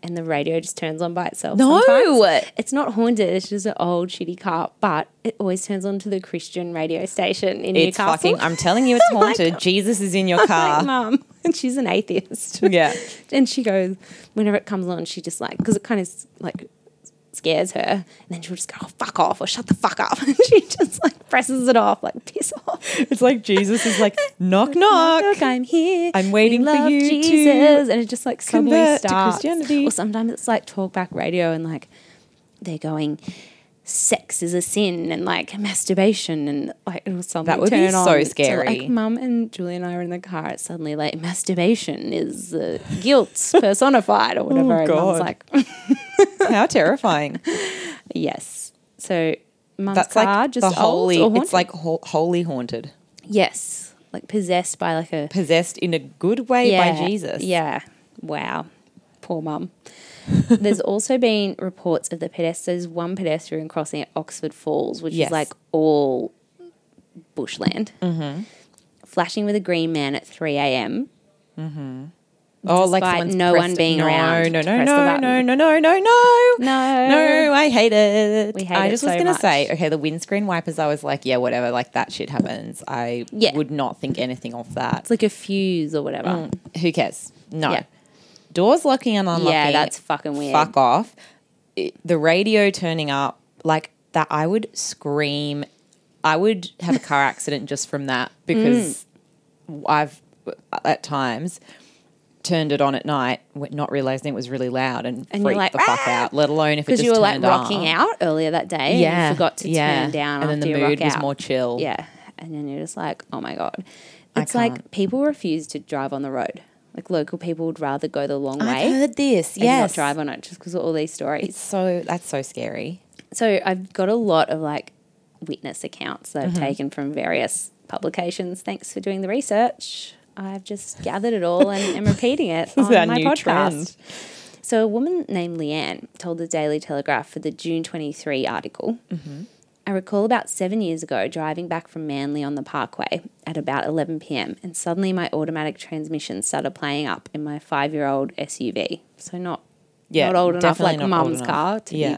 [SPEAKER 2] and the radio just turns on by itself.
[SPEAKER 1] No!
[SPEAKER 2] sometimes. it's not haunted. It's just an old shitty car, but it always turns on to the Christian radio station in
[SPEAKER 1] It's
[SPEAKER 2] Newcastle. Oh
[SPEAKER 1] fucking, I'm telling you, it's
[SPEAKER 2] I'm like-
[SPEAKER 1] haunted. Jesus is in your
[SPEAKER 2] like,
[SPEAKER 1] car.
[SPEAKER 2] mum, and she's an atheist.
[SPEAKER 1] Yeah.
[SPEAKER 2] and she goes whenever it comes on, she just like because it kind of like scares her, and then she'll just go, oh, "Fuck off" or "Shut the fuck up," and she just like presses it off, like piss off.
[SPEAKER 1] It's like Jesus is like, knock, knock.
[SPEAKER 2] Look, I'm here.
[SPEAKER 1] I'm waiting
[SPEAKER 2] We
[SPEAKER 1] for
[SPEAKER 2] love
[SPEAKER 1] you to
[SPEAKER 2] Jesus, and it just like suddenly
[SPEAKER 1] convert to
[SPEAKER 2] starts.
[SPEAKER 1] Christianity.
[SPEAKER 2] Or sometimes it's like talkback radio, and like they're going. Sex is a sin, and like masturbation, and like it'll suddenly
[SPEAKER 1] That would be
[SPEAKER 2] turn
[SPEAKER 1] so
[SPEAKER 2] on. like,
[SPEAKER 1] scary.
[SPEAKER 2] Mum and Julie and I were in the car. It's suddenly like masturbation is uh, guilt personified or whatever. and
[SPEAKER 1] Oh, God.
[SPEAKER 2] Mum's like,
[SPEAKER 1] How terrifying.
[SPEAKER 2] yes. So mum's
[SPEAKER 1] That's
[SPEAKER 2] car
[SPEAKER 1] like
[SPEAKER 2] just
[SPEAKER 1] the
[SPEAKER 2] old
[SPEAKER 1] holy,
[SPEAKER 2] or
[SPEAKER 1] it's
[SPEAKER 2] haunted?
[SPEAKER 1] like ho- wholly haunted.
[SPEAKER 2] yes, like possessed by like a
[SPEAKER 1] Possessed in a good way by Jesus.
[SPEAKER 2] Yeah. Wow. Poor mum. There's also been reports of the pedestrians, one pedestrian crossing at Oxford Falls, which
[SPEAKER 1] Yes.
[SPEAKER 2] is like all bushland, mm-hmm. flashing with a green man at 3 a.m.
[SPEAKER 1] Oh, like
[SPEAKER 2] Despite
[SPEAKER 1] someone's
[SPEAKER 2] no
[SPEAKER 1] pressed-
[SPEAKER 2] one being
[SPEAKER 1] no,
[SPEAKER 2] around
[SPEAKER 1] No, no,
[SPEAKER 2] to press
[SPEAKER 1] no,
[SPEAKER 2] the
[SPEAKER 1] no,
[SPEAKER 2] button.
[SPEAKER 1] no, no, no, no,
[SPEAKER 2] No.
[SPEAKER 1] no. I hate it.
[SPEAKER 2] We hate
[SPEAKER 1] I
[SPEAKER 2] it
[SPEAKER 1] just was
[SPEAKER 2] so
[SPEAKER 1] gonna
[SPEAKER 2] much.
[SPEAKER 1] say, okay, the windscreen wipers. I was like, yeah, whatever. Like that shit happens. I
[SPEAKER 2] Yeah.
[SPEAKER 1] would not think anything of that.
[SPEAKER 2] It's like a fuse or whatever.
[SPEAKER 1] Who cares? No.
[SPEAKER 2] Yeah.
[SPEAKER 1] Doors locking and unlocking.
[SPEAKER 2] Yeah, that's fucking weird.
[SPEAKER 1] Fuck off. It- the radio turning up like that. I would scream. I would have a car accident just from that because
[SPEAKER 2] Mm.
[SPEAKER 1] I've uh, at times turned it on at night, w- not realizing it was really loud and,
[SPEAKER 2] And you're
[SPEAKER 1] freaked
[SPEAKER 2] like,
[SPEAKER 1] the fuck
[SPEAKER 2] "Ah!"
[SPEAKER 1] out. Let alone if it
[SPEAKER 2] Because
[SPEAKER 1] just
[SPEAKER 2] you were like
[SPEAKER 1] turned up.
[SPEAKER 2] rocking out earlier that day and
[SPEAKER 1] Yeah,
[SPEAKER 2] you forgot to
[SPEAKER 1] yeah.
[SPEAKER 2] turn down
[SPEAKER 1] and then
[SPEAKER 2] after
[SPEAKER 1] the
[SPEAKER 2] you
[SPEAKER 1] mood
[SPEAKER 2] rock
[SPEAKER 1] was
[SPEAKER 2] out.
[SPEAKER 1] more chill.
[SPEAKER 2] Yeah. And then you're just like, oh my God.
[SPEAKER 1] I
[SPEAKER 2] It's like
[SPEAKER 1] can't.
[SPEAKER 2] people refuse to drive on the road. Like local people would rather go the long
[SPEAKER 1] I've
[SPEAKER 2] way
[SPEAKER 1] heard this.
[SPEAKER 2] and
[SPEAKER 1] Yes,
[SPEAKER 2] not drive on it just because of all these stories.
[SPEAKER 1] so that's so scary.
[SPEAKER 2] So I've got a lot of like witness accounts that I've taken from various publications. Thanks for doing the research. I've just gathered it all and am repeating it
[SPEAKER 1] This is
[SPEAKER 2] on
[SPEAKER 1] our
[SPEAKER 2] my
[SPEAKER 1] new
[SPEAKER 2] podcast.
[SPEAKER 1] trend.
[SPEAKER 2] So a woman named Leanne told the Daily Telegraph for the June 23 article. I recall about seven years ago driving back from Manly on the parkway at about 11 pm, and suddenly my automatic transmission started playing up in my five year old SUV. So, not,
[SPEAKER 1] Yeah,
[SPEAKER 2] not old enough,
[SPEAKER 1] definitely
[SPEAKER 2] like
[SPEAKER 1] not old
[SPEAKER 2] mum's
[SPEAKER 1] enough.
[SPEAKER 2] car. To
[SPEAKER 1] Yeah.
[SPEAKER 2] yeah.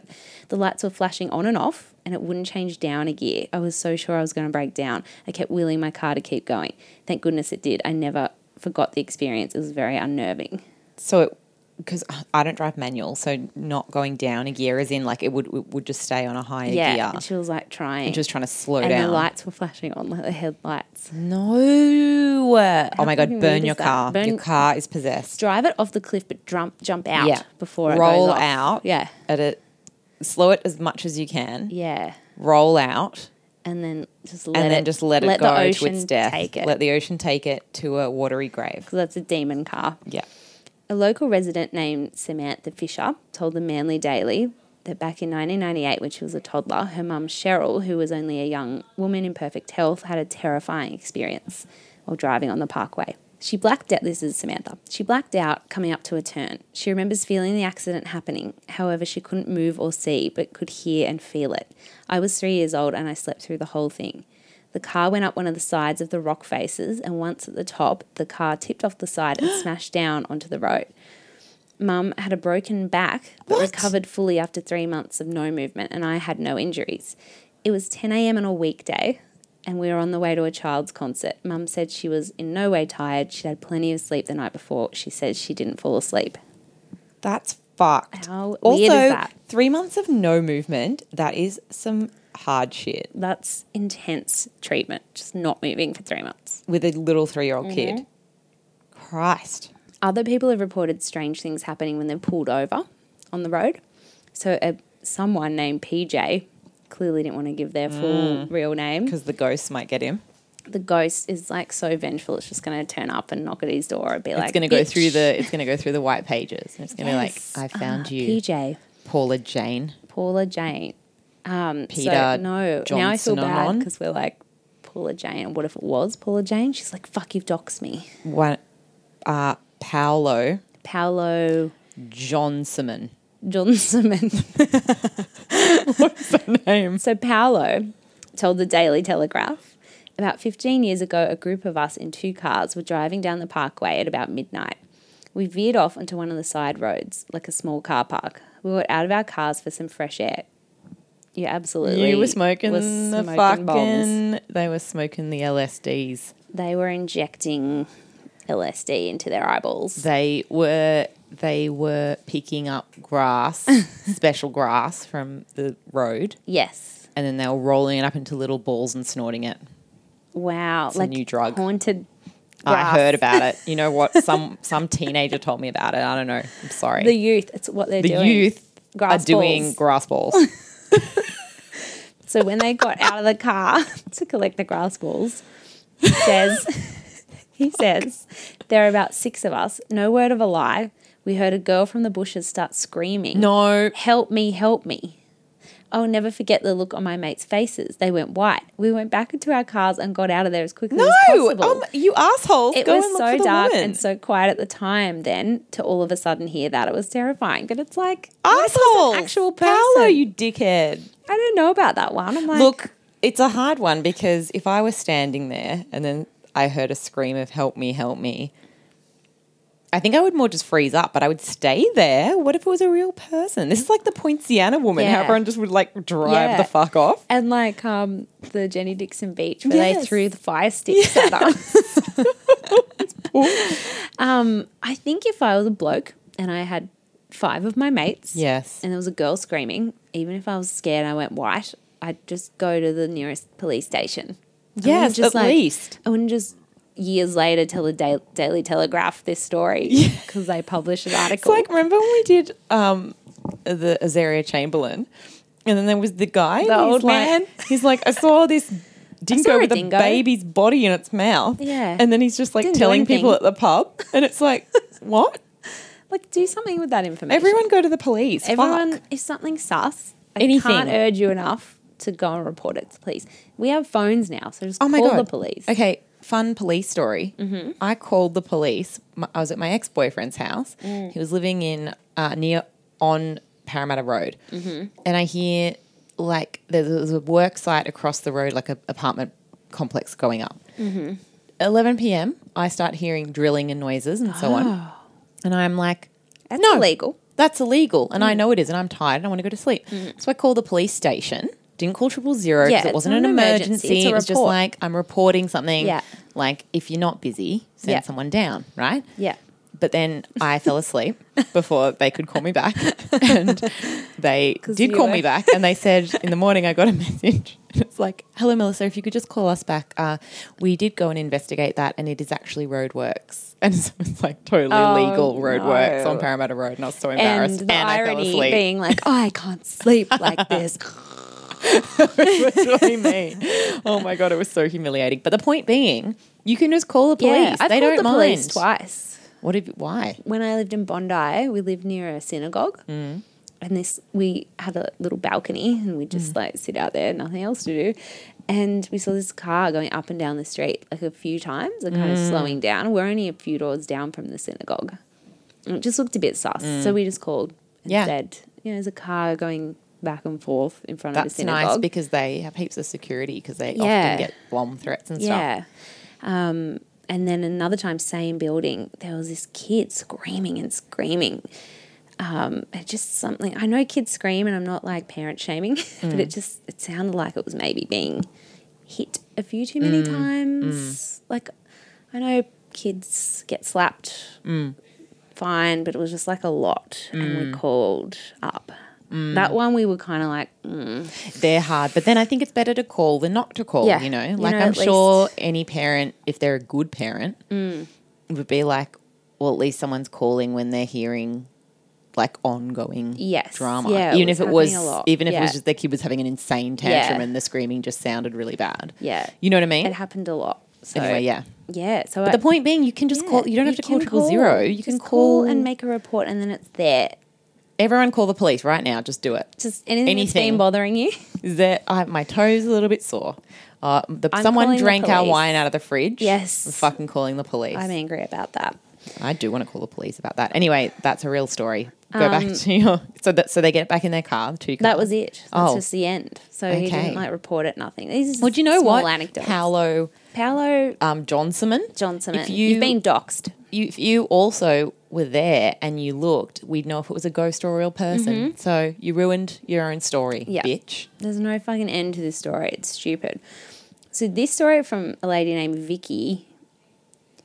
[SPEAKER 2] the lights were flashing on and off, and it wouldn't change down a gear. I was so sure I was going to break down. I kept wheeling my car to keep going. Thank goodness it did. I never forgot the experience. It was very unnerving.
[SPEAKER 1] So, because I don't drive manual, so not going down a gear as in like it would it would just stay on a higher
[SPEAKER 2] Yeah.
[SPEAKER 1] gear.
[SPEAKER 2] And she was like trying.
[SPEAKER 1] Just trying to slow
[SPEAKER 2] and
[SPEAKER 1] down.
[SPEAKER 2] the lights were flashing on, like the headlights.
[SPEAKER 1] no. oh my god,
[SPEAKER 2] fucking
[SPEAKER 1] burn
[SPEAKER 2] weird
[SPEAKER 1] your
[SPEAKER 2] is that?
[SPEAKER 1] car. Your
[SPEAKER 2] Burn-
[SPEAKER 1] car is possessed.
[SPEAKER 2] drive it off the cliff, but jump jump out
[SPEAKER 1] yeah.
[SPEAKER 2] before it
[SPEAKER 1] roll
[SPEAKER 2] goes off.
[SPEAKER 1] out.
[SPEAKER 2] Yeah,
[SPEAKER 1] At it slow it as much as you can.
[SPEAKER 2] yeah,
[SPEAKER 1] Roll out.
[SPEAKER 2] and then just let
[SPEAKER 1] And
[SPEAKER 2] it,
[SPEAKER 1] then just let it
[SPEAKER 2] let
[SPEAKER 1] go
[SPEAKER 2] the
[SPEAKER 1] to
[SPEAKER 2] ocean
[SPEAKER 1] its death.
[SPEAKER 2] Take it.
[SPEAKER 1] Let the ocean take it to a watery grave.
[SPEAKER 2] 'Cause that's a demon car.
[SPEAKER 1] Yeah.
[SPEAKER 2] A local resident named Samantha Fisher told the Manly Daily that back in 1998, when she was a toddler, her mum Cheryl, who was only a young woman in perfect health, had a terrifying experience while driving on the parkway. She blacked out, this is Samantha. She blacked out coming up to a turn. She remembers feeling the accident happening. However, she couldn't move or see, but could hear and feel it. I was three years old and I slept through the whole thing. The car went up one of the sides of the rock faces, and once at the top, the car tipped off the side and smashed down onto the road. mum had a broken back but recovered fully after three months of no movement, and I had no injuries. It was 10 a.m. on a weekday, and we were on the way to a child's concert. Mum said she was in no way tired. She'd had plenty of sleep the night before. She said she didn't fall asleep.
[SPEAKER 1] That's fucked.
[SPEAKER 2] How
[SPEAKER 1] also,
[SPEAKER 2] weird is that?
[SPEAKER 1] three months of no movement. That is some hard shit
[SPEAKER 2] That's intense treatment, just not moving for three months.
[SPEAKER 1] with a little three-year-old kid.
[SPEAKER 2] Mm-hmm.
[SPEAKER 1] Christ.
[SPEAKER 2] Other people have reported strange things happening when they're pulled over on the road. So, uh, someone named PJ clearly didn't want to give their full
[SPEAKER 1] Mm.
[SPEAKER 2] real name.
[SPEAKER 1] Because the ghosts might get him.
[SPEAKER 2] The ghost is like so vengeful; it's just going to turn up and knock at his door and be like,
[SPEAKER 1] it's gonna go
[SPEAKER 2] "Bitch,
[SPEAKER 1] through the it's gonna go through the white pages. And it's gonna
[SPEAKER 2] Yes. Ah,
[SPEAKER 1] be like, I found you.
[SPEAKER 2] PJ,
[SPEAKER 1] Paula Jane.
[SPEAKER 2] Paula Jane, um, so,
[SPEAKER 1] Peter
[SPEAKER 2] no, now I feel
[SPEAKER 1] Johnson on
[SPEAKER 2] bad
[SPEAKER 1] on.
[SPEAKER 2] because we're like Paula Jane. What if it was Paula Jane? She's like, "Fuck, you've doxed me,
[SPEAKER 1] One uh Paolo
[SPEAKER 2] Paolo
[SPEAKER 1] Johnson.
[SPEAKER 2] Johnson."
[SPEAKER 1] What's the name?
[SPEAKER 2] So Paolo told the Daily Telegraph about 15 years ago, a group of us in two cars were driving down the parkway at about midnight. We veered off onto one of the side roads, like a small car park. We got out of our cars for some fresh air. You absolutely
[SPEAKER 1] You were smoking
[SPEAKER 2] was
[SPEAKER 1] the
[SPEAKER 2] smoking
[SPEAKER 1] fucking
[SPEAKER 2] bombs.
[SPEAKER 1] they were smoking the LSDs.
[SPEAKER 2] They were injecting LSD into their eyeballs.
[SPEAKER 1] They were they were picking up grass, special grass from the road,
[SPEAKER 2] Yes.
[SPEAKER 1] and then they were rolling it up into little balls and snorting it.
[SPEAKER 2] Wow.
[SPEAKER 1] a new drug.
[SPEAKER 2] Haunted.
[SPEAKER 1] I heard
[SPEAKER 2] grass.
[SPEAKER 1] about it. You know what? Some some teenager told me about it. I don't know. I'm sorry.
[SPEAKER 2] The youth. It's what they're
[SPEAKER 1] the
[SPEAKER 2] doing.
[SPEAKER 1] youth
[SPEAKER 2] Grass
[SPEAKER 1] are doing
[SPEAKER 2] balls.
[SPEAKER 1] grass balls.
[SPEAKER 2] So when they got out of the car to collect the grass balls, he says he says there are about six of us. No word of a lie. We heard a girl from the bushes start screaming,
[SPEAKER 1] no,
[SPEAKER 2] "Help me! Help me!" I'll never forget the look on my mates' faces. They went white. We went back into our cars and got out of there as quickly
[SPEAKER 1] no,
[SPEAKER 2] as possible.
[SPEAKER 1] um, you assholes!
[SPEAKER 2] it
[SPEAKER 1] Go
[SPEAKER 2] was
[SPEAKER 1] and look
[SPEAKER 2] so
[SPEAKER 1] for the
[SPEAKER 2] dark
[SPEAKER 1] woman.
[SPEAKER 2] and so quiet at the time. Then to all of a sudden hear that, it was terrifying. But it's like what if it was an
[SPEAKER 1] assholes.
[SPEAKER 2] actual person.
[SPEAKER 1] Paolo, you dickhead.
[SPEAKER 2] I don't know about that one. I'm like,
[SPEAKER 1] Look, it's a hard one because if I was standing there and then I heard a scream of "Help me! Help me!" I think I would more just freeze up, but I would stay there. What if it was a real person? This is like the Poinciana woman.
[SPEAKER 2] Yeah.
[SPEAKER 1] How everyone just would like drive
[SPEAKER 2] Yeah.
[SPEAKER 1] the fuck off.
[SPEAKER 2] And like um, the Jenny Dixon beach where they
[SPEAKER 1] Yes.
[SPEAKER 2] threw the fire sticks at us. um, I think if I was a bloke and I had five of my mates
[SPEAKER 1] Yes.
[SPEAKER 2] and there was a girl screaming, even if I was scared and I went white, I'd just go to the nearest police station. I
[SPEAKER 1] Yes,
[SPEAKER 2] wouldn't
[SPEAKER 1] at
[SPEAKER 2] like-
[SPEAKER 1] least.
[SPEAKER 2] I wouldn't just years later tell the da- Daily Telegraph this story because they published an
[SPEAKER 1] It's
[SPEAKER 2] article.
[SPEAKER 1] like remember when we did um, the Azaria Chamberlain, and then there was the guy,
[SPEAKER 2] The
[SPEAKER 1] and he's
[SPEAKER 2] old
[SPEAKER 1] like-
[SPEAKER 2] man.
[SPEAKER 1] He's like, I saw this dingo
[SPEAKER 2] saw a
[SPEAKER 1] with
[SPEAKER 2] dingo."
[SPEAKER 1] a baby's body in its mouth.
[SPEAKER 2] Yeah.
[SPEAKER 1] and then he's just like
[SPEAKER 2] Didn't do
[SPEAKER 1] telling people at
[SPEAKER 2] anything.
[SPEAKER 1] the pub, and it's like, what?
[SPEAKER 2] like, do something with that information.
[SPEAKER 1] Everyone go to the police.
[SPEAKER 2] Everyone,
[SPEAKER 1] Fuck.
[SPEAKER 2] if something's sus, I
[SPEAKER 1] Anything.
[SPEAKER 2] can't urge you enough to go and report it to police. We have phones now, so just
[SPEAKER 1] Oh my
[SPEAKER 2] call
[SPEAKER 1] god.
[SPEAKER 2] the police. Mm-hmm.
[SPEAKER 1] Okay, fun police story. I called the police. My, I was at my ex boyfriend's house.
[SPEAKER 2] Mm.
[SPEAKER 1] He was living in uh, near on Parramatta Road,
[SPEAKER 2] Mm-hmm.
[SPEAKER 1] and I hear like there's, there's a work site across the road, like a apartment complex going up.
[SPEAKER 2] Mm-hmm.
[SPEAKER 1] 11 p.m. I start hearing drilling and noises and so on,
[SPEAKER 2] Oh.
[SPEAKER 1] and I'm like,
[SPEAKER 2] That's
[SPEAKER 1] no,
[SPEAKER 2] illegal.
[SPEAKER 1] That's illegal, and
[SPEAKER 2] Mm.
[SPEAKER 1] I know it is, and I'm tired, and I want to go to sleep. So I call the police station. Didn't call triple zero
[SPEAKER 2] Yeah,
[SPEAKER 1] because
[SPEAKER 2] it's
[SPEAKER 1] it wasn't
[SPEAKER 2] not
[SPEAKER 1] an
[SPEAKER 2] an emergency,
[SPEAKER 1] emergency.
[SPEAKER 2] it's a
[SPEAKER 1] It was just
[SPEAKER 2] report.
[SPEAKER 1] like I'm reporting something.
[SPEAKER 2] Yeah.
[SPEAKER 1] Like if you're not busy, send
[SPEAKER 2] Yeah.
[SPEAKER 1] someone down, right?
[SPEAKER 2] Yeah.
[SPEAKER 1] But then I fell asleep before they could call me back, and they did
[SPEAKER 2] you
[SPEAKER 1] call
[SPEAKER 2] were-
[SPEAKER 1] me back, and they said in the morning I got a message. It's like, "Hello, Melissa. If you could just call us back, uh, we did go and investigate that, and it is actually roadworks, and so it's like totally
[SPEAKER 2] Oh,
[SPEAKER 1] legal roadworks
[SPEAKER 2] no.
[SPEAKER 1] on Parramatta Road." And I was so
[SPEAKER 2] And
[SPEAKER 1] embarrassed,
[SPEAKER 2] the
[SPEAKER 1] I fell
[SPEAKER 2] irony
[SPEAKER 1] asleep.
[SPEAKER 2] being like, oh, I can't sleep like this.
[SPEAKER 1] literally me. Oh my god, it was so humiliating. But the point being, you can just call the police.
[SPEAKER 2] Yeah, I've
[SPEAKER 1] they
[SPEAKER 2] called
[SPEAKER 1] don't
[SPEAKER 2] the
[SPEAKER 1] mind.
[SPEAKER 2] police twice.
[SPEAKER 1] What if? Why?
[SPEAKER 2] When I lived in Bondi, we lived near a synagogue.
[SPEAKER 1] Mm.
[SPEAKER 2] And this, we had a little balcony and we
[SPEAKER 1] Mm.
[SPEAKER 2] just like sit out there, nothing else to do. And we saw this car going up and down the street like a few times and kind
[SPEAKER 1] Mm.
[SPEAKER 2] of slowing down. We're only a few doors down from the synagogue. And it just looked a bit sus. So we just called and
[SPEAKER 1] Mm. Yeah.
[SPEAKER 2] said, you know, there's a car going back and forth in front of
[SPEAKER 1] That's
[SPEAKER 2] the synagogue.
[SPEAKER 1] nice because they have heaps of security because they
[SPEAKER 2] Yeah.
[SPEAKER 1] often get bomb threats and
[SPEAKER 2] Yeah. Um, and then another time, same building, there was this kid screaming and screaming. Um, it just something I know kids scream, and I'm not like parent shaming, but
[SPEAKER 1] Mm.
[SPEAKER 2] it just it sounded like it was maybe being hit a few too
[SPEAKER 1] Mm.
[SPEAKER 2] many times. Like I know kids get slapped,
[SPEAKER 1] Mm.
[SPEAKER 2] fine, but it was just like a lot, and we called up.
[SPEAKER 1] Mm.
[SPEAKER 2] That one we were kind of like, mm,
[SPEAKER 1] They're hard, but then I think it's better to call than not to call.
[SPEAKER 2] Yeah.
[SPEAKER 1] You know,
[SPEAKER 2] You
[SPEAKER 1] like
[SPEAKER 2] know,
[SPEAKER 1] I'm
[SPEAKER 2] at least- Mm.
[SPEAKER 1] sure any parent, if they're a good parent, would be like, well, at least someone's calling when they're hearing like ongoing
[SPEAKER 2] Yes.
[SPEAKER 1] drama.
[SPEAKER 2] Yeah, it
[SPEAKER 1] even
[SPEAKER 2] was
[SPEAKER 1] if it
[SPEAKER 2] happening
[SPEAKER 1] was,
[SPEAKER 2] a lot.
[SPEAKER 1] even if it
[SPEAKER 2] Yeah.
[SPEAKER 1] was just their kid was having an insane tantrum
[SPEAKER 2] Yeah.
[SPEAKER 1] and the screaming just sounded really bad.
[SPEAKER 2] yeah,
[SPEAKER 1] You know what I mean?
[SPEAKER 2] it happened a lot. So
[SPEAKER 1] anyway, yeah.
[SPEAKER 2] yeah. So
[SPEAKER 1] But the point being, you can just call. You don't have to call triple zero. You can call
[SPEAKER 2] and make a report, and then it's there.
[SPEAKER 1] everyone. Call the police right now. Just do it.
[SPEAKER 2] Just anything, that's
[SPEAKER 1] Anything.
[SPEAKER 2] been bothering you.
[SPEAKER 1] Is that I, my toes a little bit sore? Uh, the, someone
[SPEAKER 2] calling the
[SPEAKER 1] drank our
[SPEAKER 2] police.
[SPEAKER 1] wine out of the fridge.
[SPEAKER 2] Yes.
[SPEAKER 1] I'm fucking calling the police.
[SPEAKER 2] I'm angry about that.
[SPEAKER 1] I do want to call the police about that. Anyway, that's a real story. Go back to your so that so they get back in their car. The two
[SPEAKER 2] Um, That
[SPEAKER 1] cars.
[SPEAKER 2] was it. That's
[SPEAKER 1] Oh.
[SPEAKER 2] just the end. So he
[SPEAKER 1] Okay.
[SPEAKER 2] didn't like report it. Nothing. These are
[SPEAKER 1] Well, do you know
[SPEAKER 2] small
[SPEAKER 1] what?
[SPEAKER 2] Anecdotes.
[SPEAKER 1] Paolo
[SPEAKER 2] Paolo
[SPEAKER 1] um, Johnson.
[SPEAKER 2] Johnson.
[SPEAKER 1] If you
[SPEAKER 2] you, have been doxxed.
[SPEAKER 1] you, if you also were there and you looked, we'd know if it was a ghost or a real person. So you ruined your own story,
[SPEAKER 2] Mm-hmm. Yeah.
[SPEAKER 1] bitch.
[SPEAKER 2] There's no fucking end to this story. It's stupid. So this story from a lady named Vicky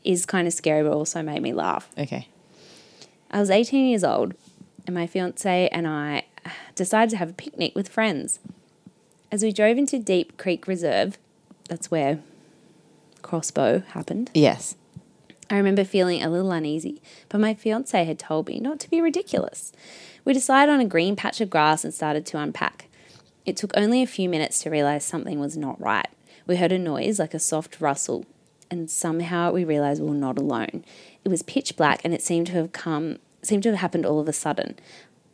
[SPEAKER 2] is kind of scary, but also made me laugh.
[SPEAKER 1] Okay.
[SPEAKER 2] I was 18 years old, and my fiance and I decided to have a picnic with friends. As we drove into Deep Creek Reserve, that's where Crossbow happened,
[SPEAKER 1] Yes.
[SPEAKER 2] I remember feeling a little uneasy, but my fiance had told me not to be ridiculous. We decided on a green patch of grass and started to unpack. It took only a few minutes to realize something was not right. We heard a noise like a soft rustle, and somehow we realized we were not alone. It was pitch black and it seemed to have come seemed to have happened all of a sudden.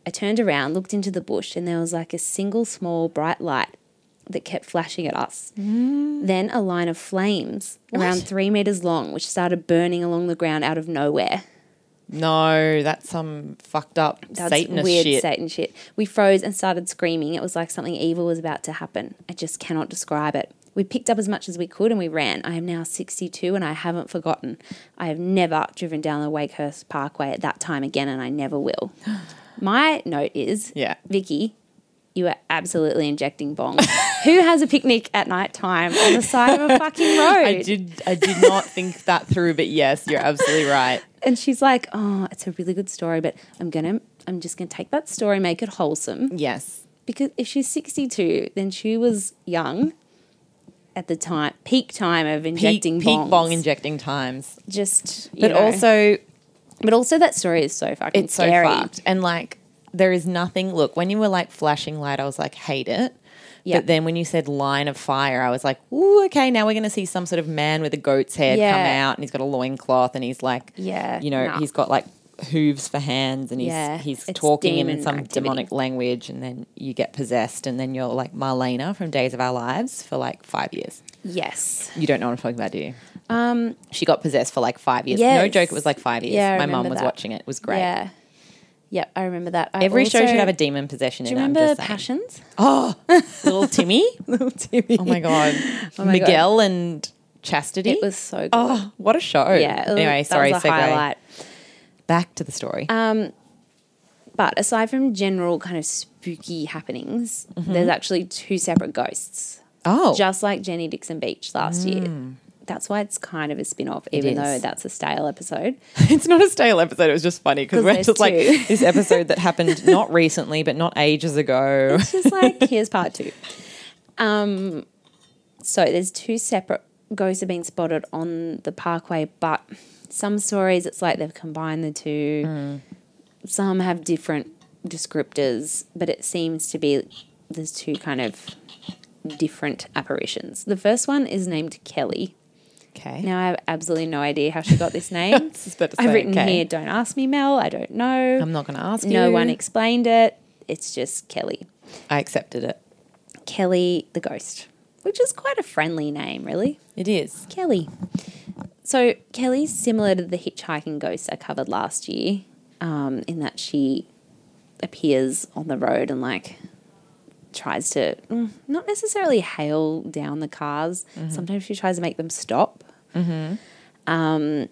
[SPEAKER 2] I turned around, looked into the bush, and there was like a single small bright light that kept flashing at us. Then a line of flames around three meters long, which started burning along the ground out of nowhere.
[SPEAKER 1] No, that's some fucked up
[SPEAKER 2] That's
[SPEAKER 1] Satanist
[SPEAKER 2] weird
[SPEAKER 1] shit.
[SPEAKER 2] Satan shit. We froze and started screaming. It was like something evil was about to happen. I just cannot describe it. We picked up as much as we could and we ran. I am now 62 and I haven't forgotten. I have never driven down the Wakehurst Parkway at that time again and I never will. My note is
[SPEAKER 1] Yeah.
[SPEAKER 2] Vicky, you are absolutely injecting bong. Who has a picnic at night time on the side of a fucking road?
[SPEAKER 1] I did. I did not think that through, but yes, you're absolutely right.
[SPEAKER 2] and she's like, "Oh, it's a really good story, but I'm gonna, I'm just gonna take that story, make it wholesome,
[SPEAKER 1] Yes,
[SPEAKER 2] because if she's 62, then she was young at the time, peak time of
[SPEAKER 1] peak,
[SPEAKER 2] injecting
[SPEAKER 1] peak
[SPEAKER 2] bongs.
[SPEAKER 1] bong injecting times,
[SPEAKER 2] just, you
[SPEAKER 1] but
[SPEAKER 2] know.
[SPEAKER 1] also
[SPEAKER 2] but also that story is so fucking
[SPEAKER 1] it's
[SPEAKER 2] scary.
[SPEAKER 1] so fucked. And like, there is nothing. Look, when you were like flashing light, I was like, hate it.
[SPEAKER 2] Yeah.
[SPEAKER 1] But then when you said line of fire, I was like, ooh, okay, now we're going to see some sort of man with a goat's head come
[SPEAKER 2] Yeah.
[SPEAKER 1] out and he's got a loincloth and he's like,
[SPEAKER 2] Yeah,
[SPEAKER 1] you know,
[SPEAKER 2] nah.
[SPEAKER 1] he's got like hooves for hands and he's,
[SPEAKER 2] Yeah,
[SPEAKER 1] he's
[SPEAKER 2] it's
[SPEAKER 1] talking in
[SPEAKER 2] demon
[SPEAKER 1] some
[SPEAKER 2] activity.
[SPEAKER 1] demonic language and then you get possessed and then you're like Marlena from Days of Our Lives for like five years.
[SPEAKER 2] Yes,
[SPEAKER 1] You don't know what I'm talking about, do you? Um, she got possessed for like five years. No
[SPEAKER 2] yes.
[SPEAKER 1] joke, it was like five years.
[SPEAKER 2] Yeah, I
[SPEAKER 1] My mum
[SPEAKER 2] remember
[SPEAKER 1] was
[SPEAKER 2] that.
[SPEAKER 1] watching it. It was great.
[SPEAKER 2] yeah, yep, I remember that. I
[SPEAKER 1] Every show
[SPEAKER 2] also-
[SPEAKER 1] should have a demon possession
[SPEAKER 2] Do
[SPEAKER 1] in
[SPEAKER 2] you
[SPEAKER 1] it. I'm
[SPEAKER 2] remember
[SPEAKER 1] just saying.
[SPEAKER 2] Passions?
[SPEAKER 1] Oh, little Timmy.
[SPEAKER 2] Little Timmy.
[SPEAKER 1] Oh my god.
[SPEAKER 2] my God.
[SPEAKER 1] Miguel and Chastity.
[SPEAKER 2] It was so good.
[SPEAKER 1] Oh, what a show.
[SPEAKER 2] yeah. it was-
[SPEAKER 1] Anyway, sorry,
[SPEAKER 2] that was a
[SPEAKER 1] segue.
[SPEAKER 2] highlight.
[SPEAKER 1] Back to the story.
[SPEAKER 2] But aside from general kind of spooky happenings, there's actually two separate ghosts,
[SPEAKER 1] Mm-hmm. oh. Mm.
[SPEAKER 2] just like Jenny Dixon Beach last year. That's why it's kind of a spin off, even though
[SPEAKER 1] is.
[SPEAKER 2] that's a stale episode.
[SPEAKER 1] it's not a stale episode. It was just funny because
[SPEAKER 2] 'Cause
[SPEAKER 1] we're
[SPEAKER 2] there's
[SPEAKER 1] just like
[SPEAKER 2] two.
[SPEAKER 1] this episode that happened not recently, but not ages ago.
[SPEAKER 2] It's just like, here's part two. Um, so there's two separate ghosts have been spotted on the parkway, but some stories it's like they've combined the two.
[SPEAKER 1] Mm.
[SPEAKER 2] Some have different descriptors, but it seems to be there's two kind of different apparitions. The first one is named Kelly.
[SPEAKER 1] Okay.
[SPEAKER 2] Now I have absolutely no idea how she got this name.
[SPEAKER 1] I was just about to
[SPEAKER 2] I've
[SPEAKER 1] say,
[SPEAKER 2] written
[SPEAKER 1] okay.
[SPEAKER 2] here, don't ask me, Mel. I don't know.
[SPEAKER 1] I'm not going to ask you.
[SPEAKER 2] no one explained it. It's just Kelly.
[SPEAKER 1] I accepted it.
[SPEAKER 2] Kelly the Ghost, which is quite a friendly name, really.
[SPEAKER 1] It is.
[SPEAKER 2] Kelly. So Kelly's similar to the hitchhiking ghost I covered last year, um, in that she appears on the road and like tries to mm, not necessarily hail down the cars. Sometimes she tries to make them stop. Um,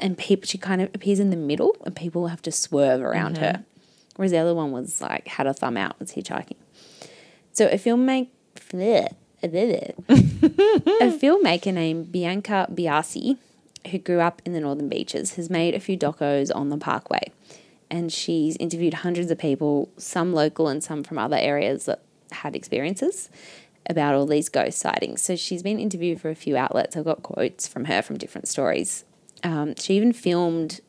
[SPEAKER 2] and people, she kind of appears in the middle, and people have to swerve around her. Whereas the other one was like had a thumb out, was hitchhiking. So a filmmaker, a filmmaker named Bianca Biasi, who grew up in the Northern Beaches, has made a few docos on the Parkway, and she's interviewed hundreds of people, some local and some from other areas that had experiences about all these ghost sightings. So she's been interviewed for a few outlets. I've got quotes from her from different stories. Um, she even filmed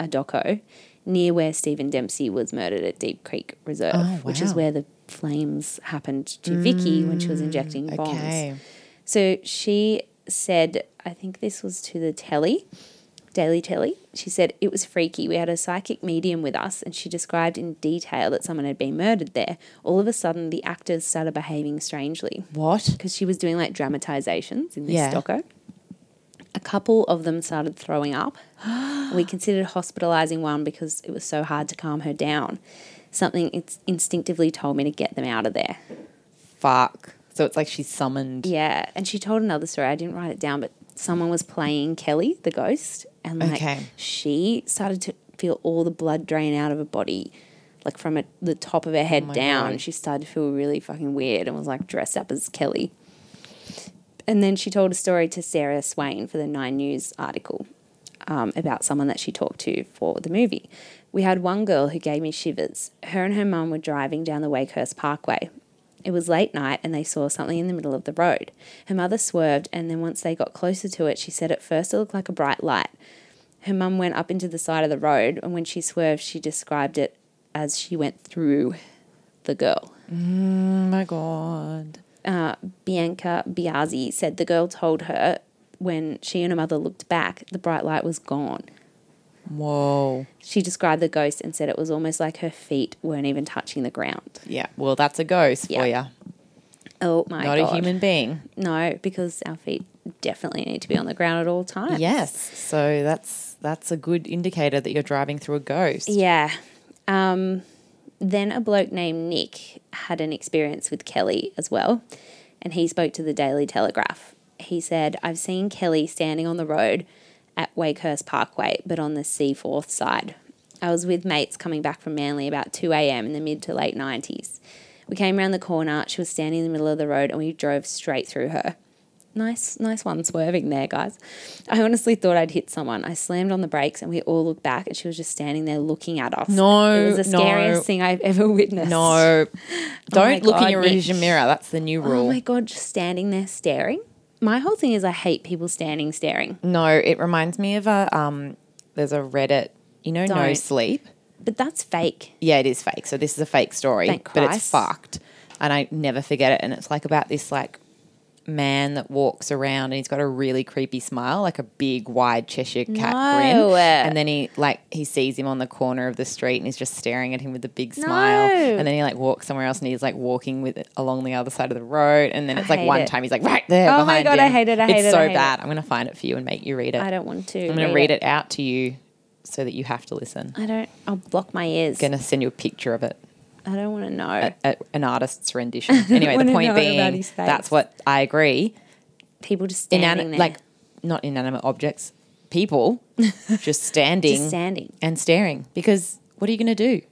[SPEAKER 2] a doco near where Stephen Dempsey was murdered at Deep Creek Reserve,
[SPEAKER 1] Oh,
[SPEAKER 2] which is
[SPEAKER 1] wow. Mm.
[SPEAKER 2] where the flames happened to Vicky when she was injecting bombs.
[SPEAKER 1] okay.
[SPEAKER 2] So she said, I think this was to the telly, Daily Telly. She said, It was freaky. We had a psychic medium with us, and she described in detail that someone had been murdered there. All of a sudden, the actors started behaving strangely
[SPEAKER 1] What?
[SPEAKER 2] because she was doing like dramatizations in this
[SPEAKER 1] Yeah.
[SPEAKER 2] doco. A couple of them started throwing up. we considered hospitalizing one because it was so hard to calm her down. Something it's instinctively told me to get them out of there.
[SPEAKER 1] Fuck. So it's like she's summoned.
[SPEAKER 2] Yeah, and she told another story. I didn't write it down, but someone was playing Kelly, the ghost, and like
[SPEAKER 1] Okay.
[SPEAKER 2] she started to feel all the blood drain out of her body, like from it, the top of her head
[SPEAKER 1] Oh my
[SPEAKER 2] down.
[SPEAKER 1] God.
[SPEAKER 2] She started to feel really fucking weird and was like dressed up as Kelly. And then she told a story to Sarah Swain for the Nine News article um, about someone that she talked to for the movie. We had one girl who gave me shivers. Her and her mum were driving down the Wakehurst Parkway. It was late night and they saw something in the middle of the road. Her mother swerved, and then once they got closer to it, she said at first it looked like a bright light. Her mum went up into the side of the road, and when she swerved, she described it as she went through the girl.
[SPEAKER 1] Oh my god.
[SPEAKER 2] Uh, Bianca Biazzi said the girl told her when she and her mother looked back, the bright light was gone.
[SPEAKER 1] Whoa.
[SPEAKER 2] She described the ghost and said it was almost like her feet weren't even touching the ground.
[SPEAKER 1] Yeah. Well, that's a ghost
[SPEAKER 2] Yeah.
[SPEAKER 1] for you.
[SPEAKER 2] Oh my
[SPEAKER 1] Not
[SPEAKER 2] god!
[SPEAKER 1] a human being.
[SPEAKER 2] No, because our feet definitely need to be on the ground at all times.
[SPEAKER 1] Yes. So that's that's a good indicator that you're driving through a ghost.
[SPEAKER 2] Yeah. Um, then a bloke named Nick had an experience with Kelly as well, and he spoke to the Daily Telegraph. He said, I've seen Kelly standing on the road at Wakehurst Parkway, but on the Seaforth side. I was with mates coming back from Manly about 2 a.m. in the mid to late 90s. We came around the corner, she was standing in the middle of the road, and we drove straight through her. Nice, nice one swerving there, guys. I honestly thought I'd hit someone. I slammed on the brakes and we all looked back and she was just standing there looking at us.
[SPEAKER 1] No,
[SPEAKER 2] It was the
[SPEAKER 1] no.
[SPEAKER 2] scariest thing I've ever witnessed.
[SPEAKER 1] No. Don't look in
[SPEAKER 2] Oh God,
[SPEAKER 1] your
[SPEAKER 2] Nick.
[SPEAKER 1] rearview mirror. That's the new
[SPEAKER 2] Oh
[SPEAKER 1] rule.
[SPEAKER 2] my God, just standing there staring. My whole thing is I hate people standing staring.
[SPEAKER 1] no, it reminds me of a um there's a Reddit, you know, no
[SPEAKER 2] Don't.
[SPEAKER 1] sleep.
[SPEAKER 2] But that's fake.
[SPEAKER 1] yeah, it is fake. So this is a fake story,
[SPEAKER 2] Thank
[SPEAKER 1] but it's
[SPEAKER 2] Christ.
[SPEAKER 1] fucked, and I never forget it. And it's like about this like man that walks around and he's got a really creepy smile, like a big wide Cheshire cat
[SPEAKER 2] No.
[SPEAKER 1] grin, and then he like he sees him on the corner of the street and he's just staring at him with a big smile,
[SPEAKER 2] No.
[SPEAKER 1] and then he like walks somewhere else and he's like walking with it along the other side of the road, and then it's like
[SPEAKER 2] hate
[SPEAKER 1] one
[SPEAKER 2] it.
[SPEAKER 1] time he's like right there.
[SPEAKER 2] Oh my
[SPEAKER 1] behind
[SPEAKER 2] God, I
[SPEAKER 1] him.
[SPEAKER 2] hate it, I hate
[SPEAKER 1] it's
[SPEAKER 2] it,
[SPEAKER 1] so
[SPEAKER 2] I hate it.
[SPEAKER 1] bad. I'm gonna find it for you and make you read it.
[SPEAKER 2] I don't want to.
[SPEAKER 1] I'm gonna read it out to you so that you have to listen. I'm
[SPEAKER 2] I don't. I'll block my ears.
[SPEAKER 1] gonna send you a picture of it
[SPEAKER 2] I don't want to know.
[SPEAKER 1] a, an artist's rendition. Anyway, the
[SPEAKER 2] wanna
[SPEAKER 1] point
[SPEAKER 2] know about
[SPEAKER 1] being,
[SPEAKER 2] his face.
[SPEAKER 1] that's what I agree.
[SPEAKER 2] people just standing
[SPEAKER 1] Inanimate,
[SPEAKER 2] there.
[SPEAKER 1] like not inanimate objects, people just standing,
[SPEAKER 2] just standing.
[SPEAKER 1] and staring. Because what are you going to do?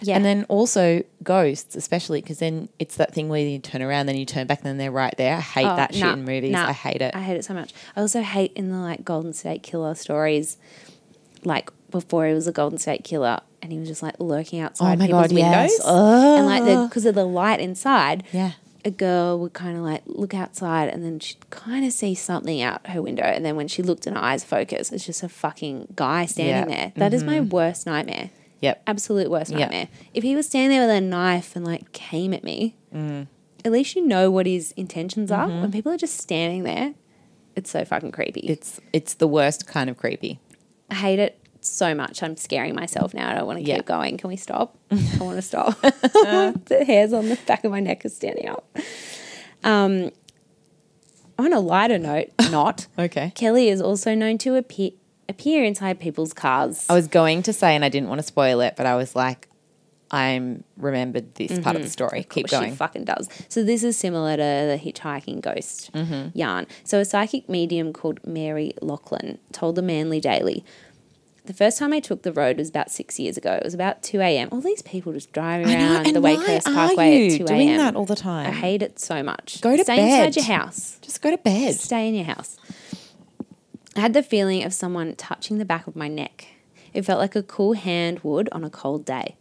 [SPEAKER 2] Yeah.
[SPEAKER 1] And then also ghosts, especially because then it's that thing where you turn around, then you turn back, and then they're right there. I hate
[SPEAKER 2] Oh,
[SPEAKER 1] that shit
[SPEAKER 2] nah,
[SPEAKER 1] in movies.
[SPEAKER 2] nah.
[SPEAKER 1] I hate it.
[SPEAKER 2] I hate it so much. I also hate in the like Golden State Killer stories, like before he was a Golden State Killer and he was just like lurking outside
[SPEAKER 1] Oh my
[SPEAKER 2] people's
[SPEAKER 1] God, yes.
[SPEAKER 2] windows. And like because of the light inside,
[SPEAKER 1] Yeah.
[SPEAKER 2] a girl would kind of like look outside and then she'd kind of see something out her window. And then when she looked and her eyes focused, it's just a fucking guy standing
[SPEAKER 1] Yeah. Mm-hmm.
[SPEAKER 2] there. That is my worst nightmare.
[SPEAKER 1] Yep.
[SPEAKER 2] Absolute worst
[SPEAKER 1] Yeah.
[SPEAKER 2] nightmare. If he was standing there with a knife and like came at me,
[SPEAKER 1] Mm.
[SPEAKER 2] at least you know what his intentions are.
[SPEAKER 1] Mm-hmm.
[SPEAKER 2] When people are just standing there, it's so fucking creepy.
[SPEAKER 1] It's it's the worst kind of creepy.
[SPEAKER 2] I hate it so much. I'm scaring myself now. I don't want to
[SPEAKER 1] Yeah. Uh-huh.
[SPEAKER 2] keep going. Can we stop? I want to stop. the hairs on the back of my neck are standing up. Um, on a lighter note, not
[SPEAKER 1] Okay.
[SPEAKER 2] Kelly is also known to appear appear inside people's cars.
[SPEAKER 1] I was going to say, and I didn't want to spoil it, but I was like, I'm remembered this part of
[SPEAKER 2] Mm-hmm.
[SPEAKER 1] the story. Keep
[SPEAKER 2] Well,
[SPEAKER 1] going.
[SPEAKER 2] She fucking does. So this is similar to the hitchhiking ghost
[SPEAKER 1] Mm-hmm.
[SPEAKER 2] yarn. So a psychic medium called Mary Lachlan told the Manly Daily. The first time I took the road was about six years ago. It was about 2 a.m. All these people just driving
[SPEAKER 1] I know,
[SPEAKER 2] around the
[SPEAKER 1] and why
[SPEAKER 2] Wakehurst
[SPEAKER 1] are
[SPEAKER 2] Parkway
[SPEAKER 1] you
[SPEAKER 2] at 2
[SPEAKER 1] doing
[SPEAKER 2] a.m.
[SPEAKER 1] that all the time?
[SPEAKER 2] I hate it so much.
[SPEAKER 1] Go to
[SPEAKER 2] Stay inside
[SPEAKER 1] bed.
[SPEAKER 2] your house.
[SPEAKER 1] Just go to bed.
[SPEAKER 2] Stay in your house. I had the feeling of someone touching the back of my neck. It felt like a cool hand would on a cold day.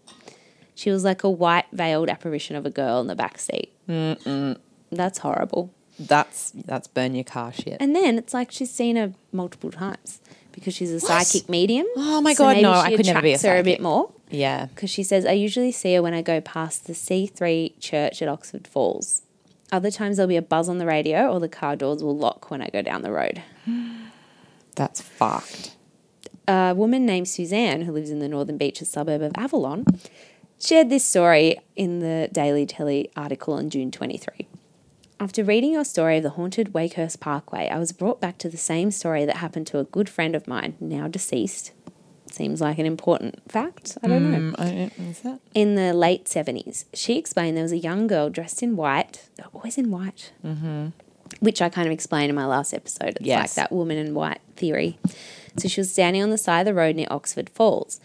[SPEAKER 2] She was like a white veiled apparition of a girl in the back seat. Mm-mm. That's horrible.
[SPEAKER 1] That's that's burn your car shit.
[SPEAKER 2] And then it's like she's seen her multiple times because she's a
[SPEAKER 1] What?
[SPEAKER 2] psychic medium.
[SPEAKER 1] Oh my God, no, I could never be a
[SPEAKER 2] attracts her a bit
[SPEAKER 1] psychic.
[SPEAKER 2] more
[SPEAKER 1] yeah.
[SPEAKER 2] because she says, I usually see her when I go past the C3 church at Oxford Falls. Other times there'll be a buzz on the radio or the car doors will lock when I go down the road.
[SPEAKER 1] That's fucked.
[SPEAKER 2] a woman named Suzanne, who lives in the northern beaches suburb of Avalon, shared this story in the Daily Telly article on June 23. After reading your story of the haunted Wakehurst Parkway, I was brought back to the same story that happened to a good friend of mine, now deceased. Seems like an important fact. I don't know
[SPEAKER 1] Mm, I don't- is that?
[SPEAKER 2] in the late 70s. She explained there was a young girl dressed in white, always in white, mm-hmm. which I kind of explained in my last episode. It's like
[SPEAKER 1] Yes.
[SPEAKER 2] that woman in white theory. So she was standing on the side of the road near Oxford Falls.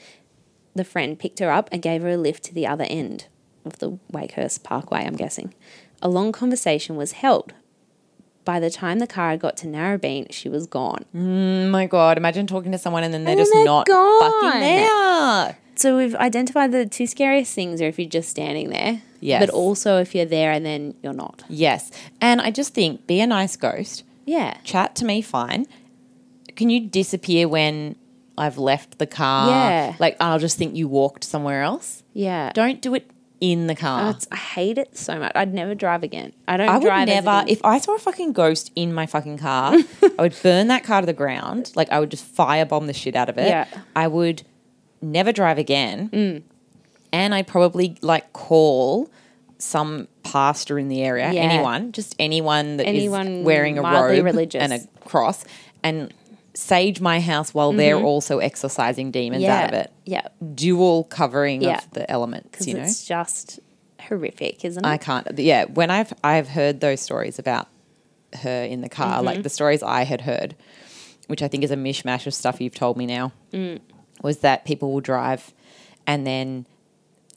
[SPEAKER 2] The friend picked her up and gave her a lift to the other end of the Wakehurst Parkway, I'm guessing. A long conversation was held. By the time the car got to Narrabeen, she was gone.
[SPEAKER 1] Oh my god! Imagine talking to someone and then they're
[SPEAKER 2] And then
[SPEAKER 1] just
[SPEAKER 2] they're
[SPEAKER 1] not
[SPEAKER 2] gone.
[SPEAKER 1] fucking there.
[SPEAKER 2] So we've identified the two scariest things are if you're just standing there,
[SPEAKER 1] Yes.
[SPEAKER 2] but also if you're there and then you're not.
[SPEAKER 1] Yes, and I just think be a nice ghost.
[SPEAKER 2] Yeah.
[SPEAKER 1] Chat to me, fine. Can you disappear when I've left the car?
[SPEAKER 2] Yeah.
[SPEAKER 1] Like I'll just think you walked somewhere else.
[SPEAKER 2] Yeah.
[SPEAKER 1] Don't do it in the car.
[SPEAKER 2] It's- I hate it so much. I'd never drive again. I don't
[SPEAKER 1] Oh. I would
[SPEAKER 2] drive as
[SPEAKER 1] never.
[SPEAKER 2] an-
[SPEAKER 1] If I saw a fucking ghost in my fucking car, I would burn that car to the ground. Like I would just firebomb the shit out of it.
[SPEAKER 2] Yeah. Mm.
[SPEAKER 1] I would never drive again. And I'd probably like call some pastor in the area,
[SPEAKER 2] Yeah.
[SPEAKER 1] anyone, just anyone that is
[SPEAKER 2] Anyone
[SPEAKER 1] wearing a
[SPEAKER 2] mildly
[SPEAKER 1] robe
[SPEAKER 2] religious.
[SPEAKER 1] and a cross, and sage my house while they're also exorcising demons
[SPEAKER 2] Mm-hmm. yeah.
[SPEAKER 1] out of it.
[SPEAKER 2] Yeah.
[SPEAKER 1] Dual covering
[SPEAKER 2] Yeah.
[SPEAKER 1] of the elements,
[SPEAKER 2] Because
[SPEAKER 1] you know.
[SPEAKER 2] it's just horrific, isn't
[SPEAKER 1] I
[SPEAKER 2] it?
[SPEAKER 1] can't. Yeah, when I've I've heard those stories about her in the car,
[SPEAKER 2] Mm-hmm.
[SPEAKER 1] like the stories I had heard, which I think is a mishmash of stuff you've told me now, was that people will drive and then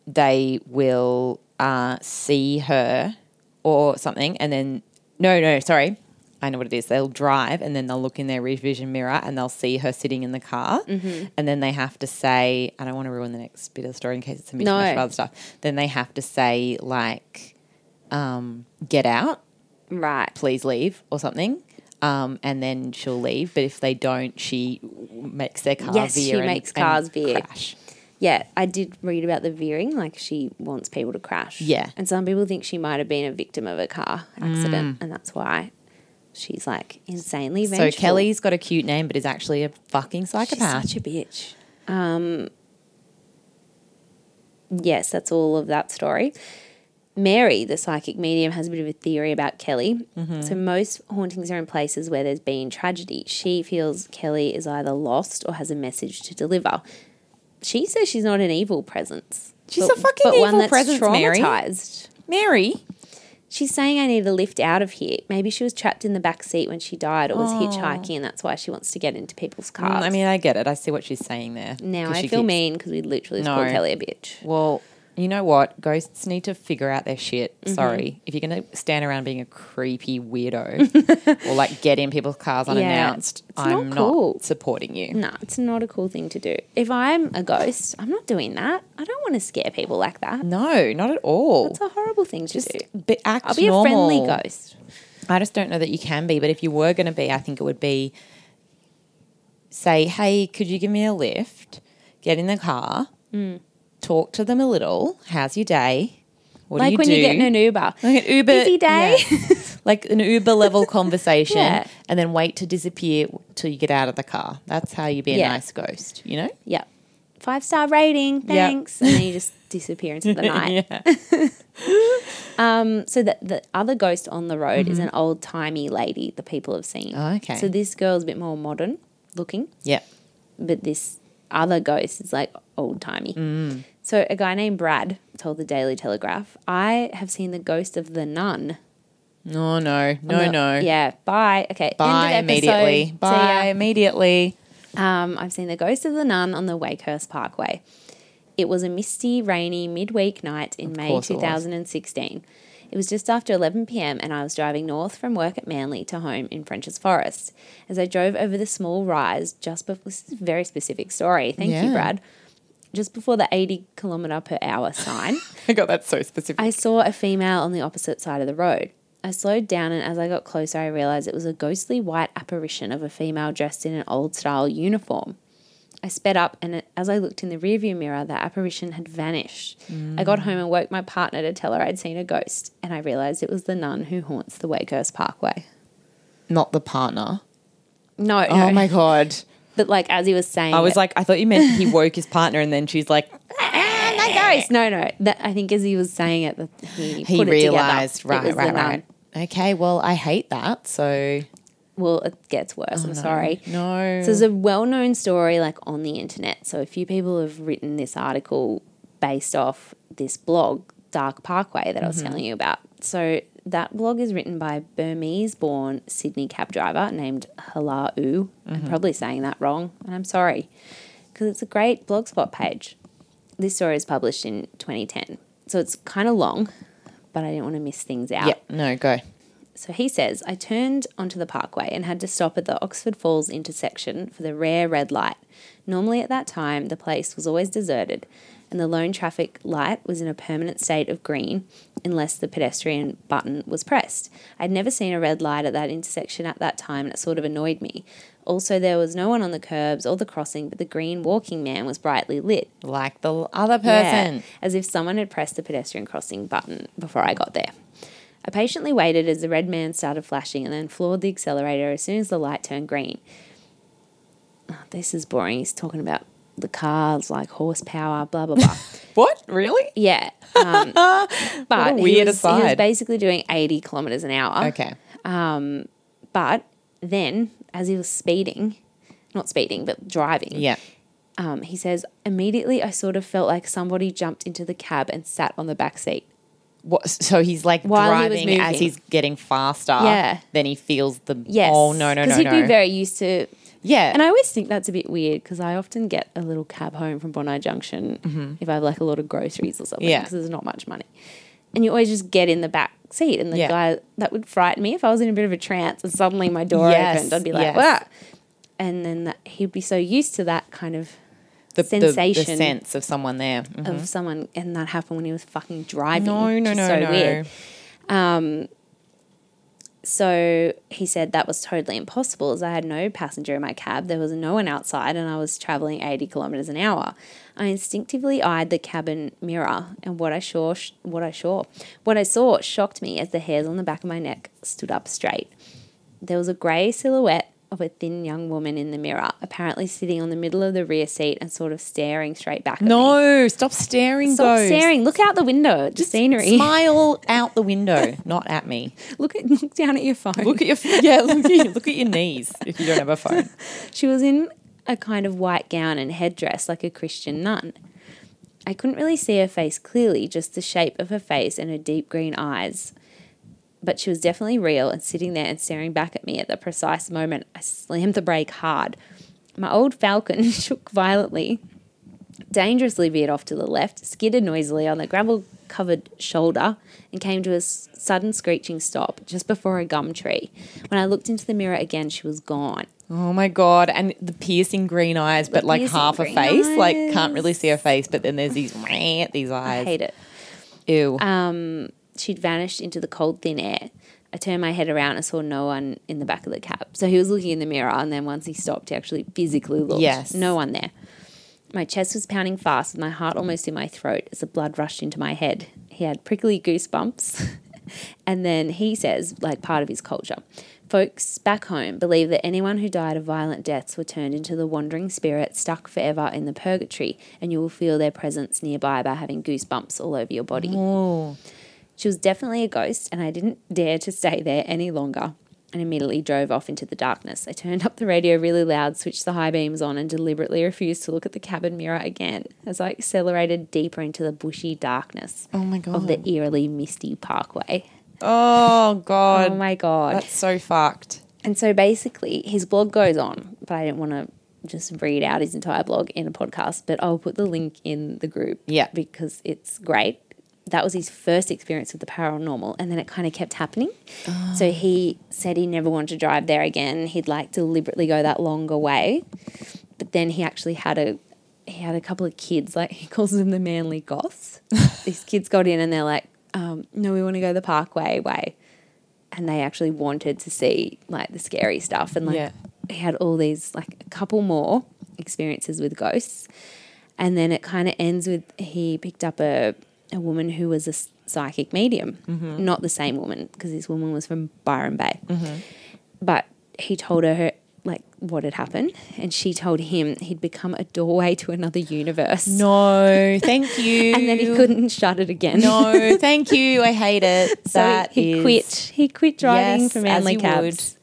[SPEAKER 1] they will uh, see her or something, and then no, no, sorry. I know what it is. They'll drive and then they'll look in their rear vision mirror and they'll see her sitting in the car. And then they have to say, I don't want to ruin the next bit of the story in case it's a mishmash
[SPEAKER 2] No.
[SPEAKER 1] of other stuff. Then they have to say, like, um, get out,
[SPEAKER 2] right.
[SPEAKER 1] please leave, or something. Um, and then she'll leave. But if they don't, she makes their car
[SPEAKER 2] Yes,
[SPEAKER 1] veer.
[SPEAKER 2] she
[SPEAKER 1] and-
[SPEAKER 2] makes
[SPEAKER 1] and
[SPEAKER 2] cars veer.
[SPEAKER 1] Crash.
[SPEAKER 2] Yeah. I did read about the veering. Like she wants people to crash.
[SPEAKER 1] Yeah.
[SPEAKER 2] And some people think she might have been a victim of a car accident. And that's why she's like insanely vengeful.
[SPEAKER 1] Mm. So Kelly's got a cute name, but is actually a fucking
[SPEAKER 2] She's
[SPEAKER 1] psychopath.
[SPEAKER 2] such a bitch. Um, yes, that's all of that story. Mary, the psychic medium, has a bit of a theory about Kelly.
[SPEAKER 1] Mm-hmm.
[SPEAKER 2] So most hauntings are in places where there's been tragedy. She feels Kelly is either lost or has a message to deliver. She says she's not an evil presence.
[SPEAKER 1] She's a fucking evil presence, Mary.
[SPEAKER 2] traumatized.
[SPEAKER 1] Mary.
[SPEAKER 2] She's saying I need a lift out of here. Maybe she was trapped in the back seat when she died or was hitchhiking and that's why she wants to get into people's
[SPEAKER 1] Oh. Mm,
[SPEAKER 2] cars.
[SPEAKER 1] I mean, I get it. I see what she's saying there.
[SPEAKER 2] Now
[SPEAKER 1] 'Cause
[SPEAKER 2] I
[SPEAKER 1] she
[SPEAKER 2] feel mean 'cause
[SPEAKER 1] keeps-
[SPEAKER 2] mean because we literally just called
[SPEAKER 1] No.
[SPEAKER 2] Kelly a bitch.
[SPEAKER 1] Well, you know what? Ghosts need to figure out their shit.
[SPEAKER 2] Mm-hmm.
[SPEAKER 1] Sorry. If you're going to stand around being a creepy weirdo or like get in people's cars unannounced,
[SPEAKER 2] It's not
[SPEAKER 1] I'm not,
[SPEAKER 2] cool. Mm.
[SPEAKER 1] supporting you.
[SPEAKER 2] No, it's not a cool thing to do. If I'm a ghost, I'm not doing that. I don't want to scare people like that.
[SPEAKER 1] No, not at all.
[SPEAKER 2] It's a horrible thing to
[SPEAKER 1] just
[SPEAKER 2] do.
[SPEAKER 1] be, act
[SPEAKER 2] I'll be
[SPEAKER 1] normal.
[SPEAKER 2] a friendly ghost.
[SPEAKER 1] I just don't know that you can be, but if you were going to be, I think it would be say, hey, could you give me a lift? Get in the car,
[SPEAKER 2] Mm.
[SPEAKER 1] talk to them a little. How's your day? What do
[SPEAKER 2] like
[SPEAKER 1] you
[SPEAKER 2] when
[SPEAKER 1] do?
[SPEAKER 2] you get in an Uber.
[SPEAKER 1] Like an Uber
[SPEAKER 2] Busy day.
[SPEAKER 1] yeah. like an Uber level conversation,
[SPEAKER 2] Yeah.
[SPEAKER 1] and then wait to disappear till you get out of the car. That's how you be a
[SPEAKER 2] Yeah.
[SPEAKER 1] nice ghost, you know.
[SPEAKER 2] Yep. Five star rating. Thanks. And then you just disappear into the night. Um,
[SPEAKER 1] yeah.
[SPEAKER 2] So that the other ghost on the road is an old timey lady the people have seen.
[SPEAKER 1] Mm-hmm. Oh, okay.
[SPEAKER 2] So this girl's a bit more modern looking.
[SPEAKER 1] yeah. Mm.
[SPEAKER 2] but this other ghost is like old timey. So a guy named Brad told the Daily Telegraph, "I have seen the ghost of the nun."
[SPEAKER 1] No, no, no, no.
[SPEAKER 2] I'm not- Yeah. Bye. Okay.
[SPEAKER 1] Bye
[SPEAKER 2] end of episode.
[SPEAKER 1] immediately.
[SPEAKER 2] See
[SPEAKER 1] Bye
[SPEAKER 2] ya.
[SPEAKER 1] immediately.
[SPEAKER 2] Um, I've seen the ghost of the nun on the Wakehurst Parkway. It was a misty, rainy midweek night in May
[SPEAKER 1] course it was.
[SPEAKER 2] 2016. It was. just after 11 p.m., and I was driving north from work at Manly to home in French's Forest. As I drove over the small rise, just before this is a very specific story. Thank you,
[SPEAKER 1] Yeah.
[SPEAKER 2] Brad. Just before the 80 kilometer per hour sign.
[SPEAKER 1] I got that so specific.
[SPEAKER 2] I saw a female on the opposite side of the road. I slowed down, and as I got closer, I realized it was a ghostly white apparition of a female dressed in an old style uniform. I sped up, and it- as I looked in the rearview mirror, the apparition had vanished. I got home and woke my partner to tell her I'd seen a ghost, and I realized it was the nun who haunts the Wakehurst Parkway.
[SPEAKER 1] Not the partner.
[SPEAKER 2] No, no.
[SPEAKER 1] Oh my god.
[SPEAKER 2] But like as he was saying,
[SPEAKER 1] I
[SPEAKER 2] it-
[SPEAKER 1] was like, I thought you meant he woke his partner, and then she's like,
[SPEAKER 2] and that ghost. No, no. That, I think as he was saying it, that he
[SPEAKER 1] he
[SPEAKER 2] put it together.
[SPEAKER 1] realized,
[SPEAKER 2] It was
[SPEAKER 1] right,
[SPEAKER 2] the
[SPEAKER 1] right,
[SPEAKER 2] nun.
[SPEAKER 1] right. Okay, well, I hate that. So
[SPEAKER 2] Well, it gets worse. I'm sorry.
[SPEAKER 1] Oh, no,
[SPEAKER 2] So it's a well-known story like on the internet. So a few people have written this article based off this blog, Dark Parkway, that I was telling you about. So that blog is written by a Burmese-born Sydney cab driver named Hala U. I'm probably saying that wrong, and I'm sorry because it's a great blogspot page. This story is published in 2010, so it's kind of long, but I didn't want to miss things out.
[SPEAKER 1] yeah, no, go.
[SPEAKER 2] So he says, I turned onto the parkway and had to stop at the Oxford Falls intersection for the rare red light. Normally at that time, the place was always deserted, and the lone traffic light was in a permanent state of green unless the pedestrian button was pressed. I'd never seen a red light at that intersection at that time, and it sort of annoyed me. Also, there was no one on the curbs or the crossing, but the green walking man was brightly lit.
[SPEAKER 1] Like the other
[SPEAKER 2] Yeah,
[SPEAKER 1] person.
[SPEAKER 2] as if someone had pressed the pedestrian crossing button before I got there. I patiently waited as the red man started flashing and then floored the accelerator as soon as the light turned green. Oh, this is boring. He's talking about the cars, like horsepower, blah, blah, blah.
[SPEAKER 1] What really?
[SPEAKER 2] yeah. Um, but he
[SPEAKER 1] weird
[SPEAKER 2] was- he was
[SPEAKER 1] aside.
[SPEAKER 2] basically doing 80 kilometers an hour.
[SPEAKER 1] Okay,
[SPEAKER 2] But then, as he was speeding, not speeding, but driving,
[SPEAKER 1] yeah.
[SPEAKER 2] um, he says, immediately I sort of felt like somebody jumped into the cab and sat on the back seat.
[SPEAKER 1] What, so he's like
[SPEAKER 2] While he was
[SPEAKER 1] driving as
[SPEAKER 2] moving.
[SPEAKER 1] he's getting faster.
[SPEAKER 2] Yeah.
[SPEAKER 1] Then he feels the.
[SPEAKER 2] Yes.
[SPEAKER 1] Oh no no no
[SPEAKER 2] Because
[SPEAKER 1] no.
[SPEAKER 2] he'd be very used to.
[SPEAKER 1] yeah.
[SPEAKER 2] And I always think that's a bit weird because I often get a little cab home from Bondi Junction if I have like a lot of groceries or something
[SPEAKER 1] Mm-hmm. Yeah.
[SPEAKER 2] because there's not much money. And you always just get in the back seat and the
[SPEAKER 1] Yeah.
[SPEAKER 2] guy, that would frighten me if I was in a bit of a trance and suddenly my door
[SPEAKER 1] Yes,
[SPEAKER 2] opened. I'd be
[SPEAKER 1] yes.
[SPEAKER 2] like, what? And then that, he'd be so used to that kind of
[SPEAKER 1] the, the- The,
[SPEAKER 2] sensation.
[SPEAKER 1] sense of someone there. Mhm.
[SPEAKER 2] of someone, and that happened when he was fucking driving.
[SPEAKER 1] No
[SPEAKER 2] which
[SPEAKER 1] no
[SPEAKER 2] is
[SPEAKER 1] no
[SPEAKER 2] so
[SPEAKER 1] no.
[SPEAKER 2] Weird. So he said that was totally impossible as I had no passenger in my cab, there was no one outside, and I was traveling 80 kilometers an hour. I instinctively eyed the cabin mirror, and what I saw, what I saw, what I saw shocked me as the hairs on the back of my neck stood up straight. There was a grey silhouette of a thin young woman in the mirror, apparently sitting on the middle of the rear seat and sort of staring straight back at me.
[SPEAKER 1] No, stop staring.
[SPEAKER 2] Stop
[SPEAKER 1] ghost.
[SPEAKER 2] staring. Look out the window at the scenery.
[SPEAKER 1] Smile out the window, not at me.
[SPEAKER 2] Look, at, look down at your phone.
[SPEAKER 1] Look at your yeah. Look at, look at your knees if you don't have a phone.
[SPEAKER 2] She was in a kind of white gown and headdress like a Christian nun. I couldn't really see her face clearly, just the shape of her face and her deep green eyes. But she was definitely real and sitting there and staring back at me at the precise moment I slammed the brake hard. My old falcon shook violently, dangerously veered off to the left, skidded noisily on the gravel covered shoulder, and came to a s- sudden screeching stop just before a gum tree. When I looked into the mirror again, she was gone.
[SPEAKER 1] Oh my god! And the piercing green eyes, but like
[SPEAKER 2] piercing
[SPEAKER 1] half a
[SPEAKER 2] green
[SPEAKER 1] face, like
[SPEAKER 2] eyes.
[SPEAKER 1] can't really see her face. But then there's these these
[SPEAKER 2] I
[SPEAKER 1] eyes.
[SPEAKER 2] hate it. Um,
[SPEAKER 1] Ew.
[SPEAKER 2] She'd vanished into the cold, thin air. I turned my head around and saw no one in the back of the cab. So he was looking in the mirror, and then once he stopped, he actually physically looked.
[SPEAKER 1] Yes.
[SPEAKER 2] No one there. My chest was pounding fast, with my heart almost in my throat as the blood rushed into my head. He had prickly goosebumps. and then he says, like part of his culture, folks back home believe that anyone who died of violent deaths were turned into the wandering spirit stuck forever in the purgatory, and you will feel their presence nearby by having goosebumps all over your body. She was definitely a ghost, and I didn't dare to stay there any longer. and immediately drove off into the darkness. I turned up the radio really loud, switched the high beams on, and deliberately refused to look at the cabin mirror again as I accelerated deeper into the bushy darkness
[SPEAKER 1] Oh my
[SPEAKER 2] of
[SPEAKER 1] god.
[SPEAKER 2] the eerily misty parkway.
[SPEAKER 1] oh god.
[SPEAKER 2] Oh my God.
[SPEAKER 1] That's so fucked.
[SPEAKER 2] And so basically, his blog goes on, but I didn't want to just read out his entire blog in a podcast, but I'll put the link in the group.
[SPEAKER 1] Yeah.
[SPEAKER 2] Because it's great. That was his first experience with the paranormal, and then it kind of kept happening. So he said he never wanted to drive there again. He'd like deliberately go that longer way, but then he actually had a he had a couple of kids. Like he calls them the manly goths. These kids got in and they're like, um, "No, we want to go the Parkway way," and they actually wanted to see like the scary stuff. And like
[SPEAKER 1] Yeah.
[SPEAKER 2] he had all these like a couple more experiences with ghosts, and then it kind of ends with he picked up a a woman who was a s- psychic medium,
[SPEAKER 1] Mm-hmm.
[SPEAKER 2] not the same woman because this woman was from Byron Bay but he told her, her like what had happened and she told him he'd become a doorway to another universe
[SPEAKER 1] No, thank you.
[SPEAKER 2] and then he couldn't shut it again
[SPEAKER 1] No, thank you. I hate it.
[SPEAKER 2] so
[SPEAKER 1] That
[SPEAKER 2] he, he
[SPEAKER 1] is-
[SPEAKER 2] quit he quit driving
[SPEAKER 1] Yes,
[SPEAKER 2] for
[SPEAKER 1] as
[SPEAKER 2] manly
[SPEAKER 1] you
[SPEAKER 2] cabs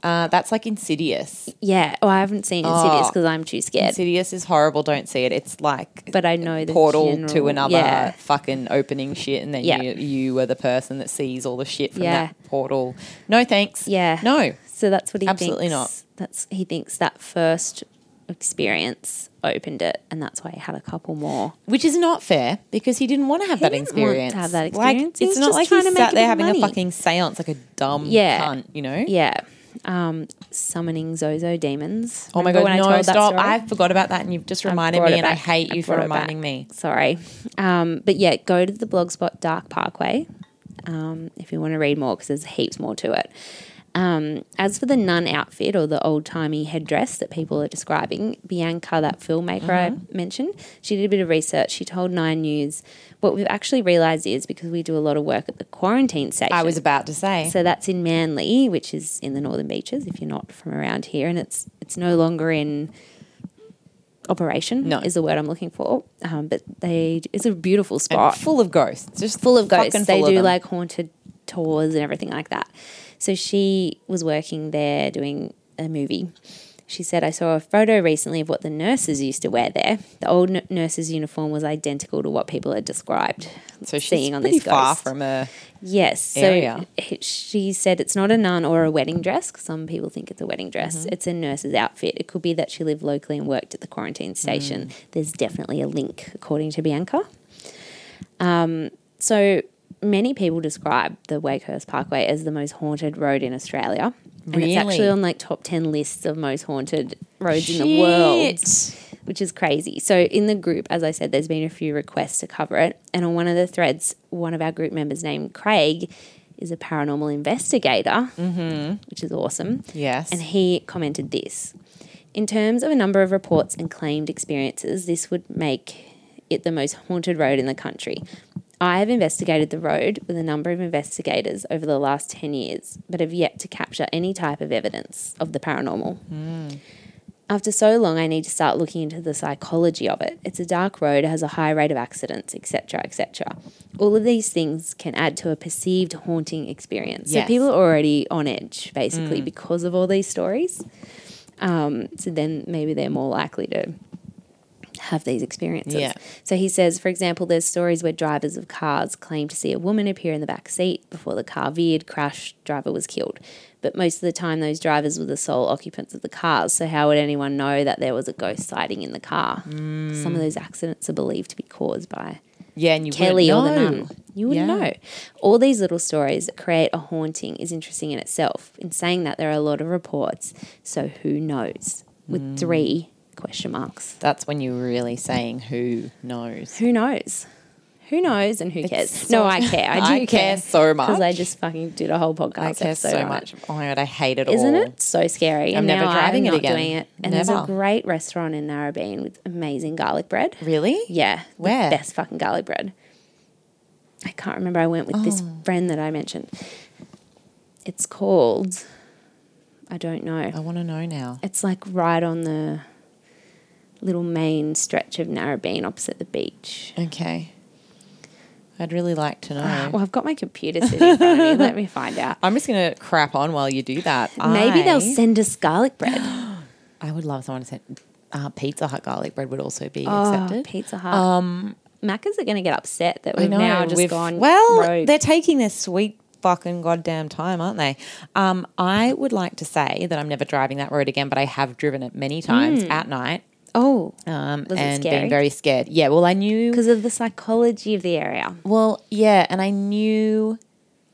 [SPEAKER 1] Uh, that's like insidious.
[SPEAKER 2] yeah oh i haven't seen insidious
[SPEAKER 1] Oh.
[SPEAKER 2] because i'm too scared
[SPEAKER 1] Insidious is horrible. Don't see it. It's like
[SPEAKER 2] but i know the
[SPEAKER 1] portal to
[SPEAKER 2] general-
[SPEAKER 1] another
[SPEAKER 2] yeah.
[SPEAKER 1] fucking opening shit, and then
[SPEAKER 2] Yeah.
[SPEAKER 1] you you are the person that sees all the shit from
[SPEAKER 2] Yeah.
[SPEAKER 1] that portal. No thanks.
[SPEAKER 2] Yeah.
[SPEAKER 1] No.
[SPEAKER 2] So that's what he
[SPEAKER 1] Absolutely
[SPEAKER 2] thinks.
[SPEAKER 1] not.
[SPEAKER 2] That's he thinks that first experience opened it, and that's why he had a couple more.
[SPEAKER 1] Which is not fair because he didn't want to have that
[SPEAKER 2] didn't want to
[SPEAKER 1] experience.
[SPEAKER 2] have that
[SPEAKER 1] Like,
[SPEAKER 2] experience. He
[SPEAKER 1] it's
[SPEAKER 2] was
[SPEAKER 1] not
[SPEAKER 2] just
[SPEAKER 1] like
[SPEAKER 2] trying
[SPEAKER 1] he
[SPEAKER 2] to make
[SPEAKER 1] sat
[SPEAKER 2] a
[SPEAKER 1] there
[SPEAKER 2] bit of
[SPEAKER 1] having
[SPEAKER 2] money.
[SPEAKER 1] a fucking seance like a dumb
[SPEAKER 2] Yeah.
[SPEAKER 1] cunt, you know?
[SPEAKER 2] Yeah. Um, summoning Zozo demons.
[SPEAKER 1] Oh my god!
[SPEAKER 2] Remember when I
[SPEAKER 1] No,
[SPEAKER 2] told that
[SPEAKER 1] stop!
[SPEAKER 2] story?
[SPEAKER 1] I forgot about that, and you've just
[SPEAKER 2] I
[SPEAKER 1] reminded
[SPEAKER 2] brought
[SPEAKER 1] me,
[SPEAKER 2] it
[SPEAKER 1] and I
[SPEAKER 2] back.
[SPEAKER 1] hate
[SPEAKER 2] I
[SPEAKER 1] you for
[SPEAKER 2] brought it
[SPEAKER 1] reminding
[SPEAKER 2] back.
[SPEAKER 1] me.
[SPEAKER 2] Sorry. Um, but yeah, go to the blogspot Dark Parkway um, if you want to read more because there's heaps more to it. Um, as for the nun outfit or the old timey headdress that people are describing, Bianca, that filmmaker I
[SPEAKER 1] Mm-hmm.
[SPEAKER 2] mentioned, she did a bit of research. She told Nine News what we've actually realised is because we do a lot of work at the quarantine station.
[SPEAKER 1] I was about to say.
[SPEAKER 2] So that's in Manly, which is in the Northern Beaches. If you're not from around here, and it's it's no longer in operation.
[SPEAKER 1] No.
[SPEAKER 2] is the word I'm looking for. Um, but they it's a beautiful
[SPEAKER 1] And
[SPEAKER 2] spot,
[SPEAKER 1] full of ghosts, just
[SPEAKER 2] full of ghosts.
[SPEAKER 1] fucking
[SPEAKER 2] They
[SPEAKER 1] full of
[SPEAKER 2] do
[SPEAKER 1] them.
[SPEAKER 2] like haunted tours and everything like that. So she was working there doing a movie. She said, I saw a photo recently of what the nurses used to wear there. The old n- nurse's uniform was identical to what people had described.
[SPEAKER 1] so she's
[SPEAKER 2] seeing on
[SPEAKER 1] pretty
[SPEAKER 2] this
[SPEAKER 1] far
[SPEAKER 2] ghost.
[SPEAKER 1] from a
[SPEAKER 2] Yes. So
[SPEAKER 1] area.
[SPEAKER 2] h- she said it's not a nun or a wedding dress. 'cause Some people think it's a wedding dress.
[SPEAKER 1] Mm-hmm.
[SPEAKER 2] It's a nurse's outfit. It could be that she lived locally and worked at the
[SPEAKER 1] Mm.
[SPEAKER 2] quarantine station. There's definitely a link, according to Bianca. Um, so many people describe the Wakehurst Parkway as the most haunted road in Australia. And it's actually
[SPEAKER 1] Really?
[SPEAKER 2] on like top 10 lists of most haunted roads in the world
[SPEAKER 1] Shit.
[SPEAKER 2] which is crazy. So in the group, as I said, there's been a few requests to cover it, and on one of the threads, one of our group members named Craig is a paranormal investigator, which is awesome.
[SPEAKER 1] Mm-hmm. Yes.
[SPEAKER 2] And he commented this In terms of a number of reports and claimed experiences, this would make it the most haunted road in the country. I have investigated the road with a number of investigators over the last 10 years, but have yet to capture any type of evidence of the paranormal. After so long, I need to start looking into the psychology of it. It's a dark road, it has a high rate of accidents, etc., etc. All of these things can add to a perceived haunting experience. So
[SPEAKER 1] Yes.
[SPEAKER 2] people are already on edge, basically, because of all these stories. Um, so then maybe they're more likely to have these experiences.
[SPEAKER 1] Yeah.
[SPEAKER 2] So he says, for example, there's stories where drivers of cars claim to see a woman appear in the back seat before the car veered, crashed, driver was killed. But most of the time, those drivers were the sole occupants of the cars. So how would anyone know that there was a ghost sighting in the car? Some of those accidents are believed to be caused by
[SPEAKER 1] yeah, and Mm. you
[SPEAKER 2] Kelly or
[SPEAKER 1] wouldn't
[SPEAKER 2] the
[SPEAKER 1] know.
[SPEAKER 2] nun. You wouldn't
[SPEAKER 1] Yeah.
[SPEAKER 2] know. All these little stories that create a haunting is interesting in itself. In saying that, there are a lot of reports. So who knows? With
[SPEAKER 1] Mm.
[SPEAKER 2] three question marks.
[SPEAKER 1] That's when you're really saying who knows.
[SPEAKER 2] Who knows? Who knows and who cares?
[SPEAKER 1] so-
[SPEAKER 2] no, I care. I do
[SPEAKER 1] I care so much.
[SPEAKER 2] because I just fucking did a whole podcast.
[SPEAKER 1] I care
[SPEAKER 2] episode
[SPEAKER 1] so
[SPEAKER 2] on it.
[SPEAKER 1] much. Oh my god, I hate it
[SPEAKER 2] Isn't
[SPEAKER 1] all.
[SPEAKER 2] it so scary?
[SPEAKER 1] I'm never
[SPEAKER 2] now
[SPEAKER 1] driving it
[SPEAKER 2] not
[SPEAKER 1] again.
[SPEAKER 2] Doing it. And there's
[SPEAKER 1] Never.
[SPEAKER 2] a great restaurant in Narrabeen with amazing garlic bread.
[SPEAKER 1] Really?
[SPEAKER 2] Yeah, the
[SPEAKER 1] Where?
[SPEAKER 2] best fucking garlic bread. I can't remember. I went with this
[SPEAKER 1] Oh.
[SPEAKER 2] friend that I mentioned. It's called. I don't know.
[SPEAKER 1] I want to know now.
[SPEAKER 2] It's like right on the little main stretch of Narrabeen, opposite the beach.
[SPEAKER 1] Okay. I'd really like to know.
[SPEAKER 2] Well, I've got my computer sitting in front of me. Let me find out.
[SPEAKER 1] I'm just going to crap on while you do that.
[SPEAKER 2] Maybe
[SPEAKER 1] I-
[SPEAKER 2] they'll send us garlic bread.
[SPEAKER 1] I would love someone to send. Uh, Pizza Hut garlic bread would also be
[SPEAKER 2] oh,
[SPEAKER 1] accepted.
[SPEAKER 2] Pizza Hut. Um, Macca's are going to get upset that
[SPEAKER 1] I
[SPEAKER 2] we've
[SPEAKER 1] know,
[SPEAKER 2] now just
[SPEAKER 1] we've-
[SPEAKER 2] gone.
[SPEAKER 1] Well,
[SPEAKER 2] rogue.
[SPEAKER 1] they're taking their sweet fucking goddamn time, aren't they? Um, I would like to say that I'm never driving that road again, but I have driven it many times at night.
[SPEAKER 2] oh,
[SPEAKER 1] Um,
[SPEAKER 2] Hmm. Was it
[SPEAKER 1] and
[SPEAKER 2] scary?
[SPEAKER 1] being very scared. Yeah. Well, I knew
[SPEAKER 2] because of the psychology of the area.
[SPEAKER 1] Well, yeah, and I knew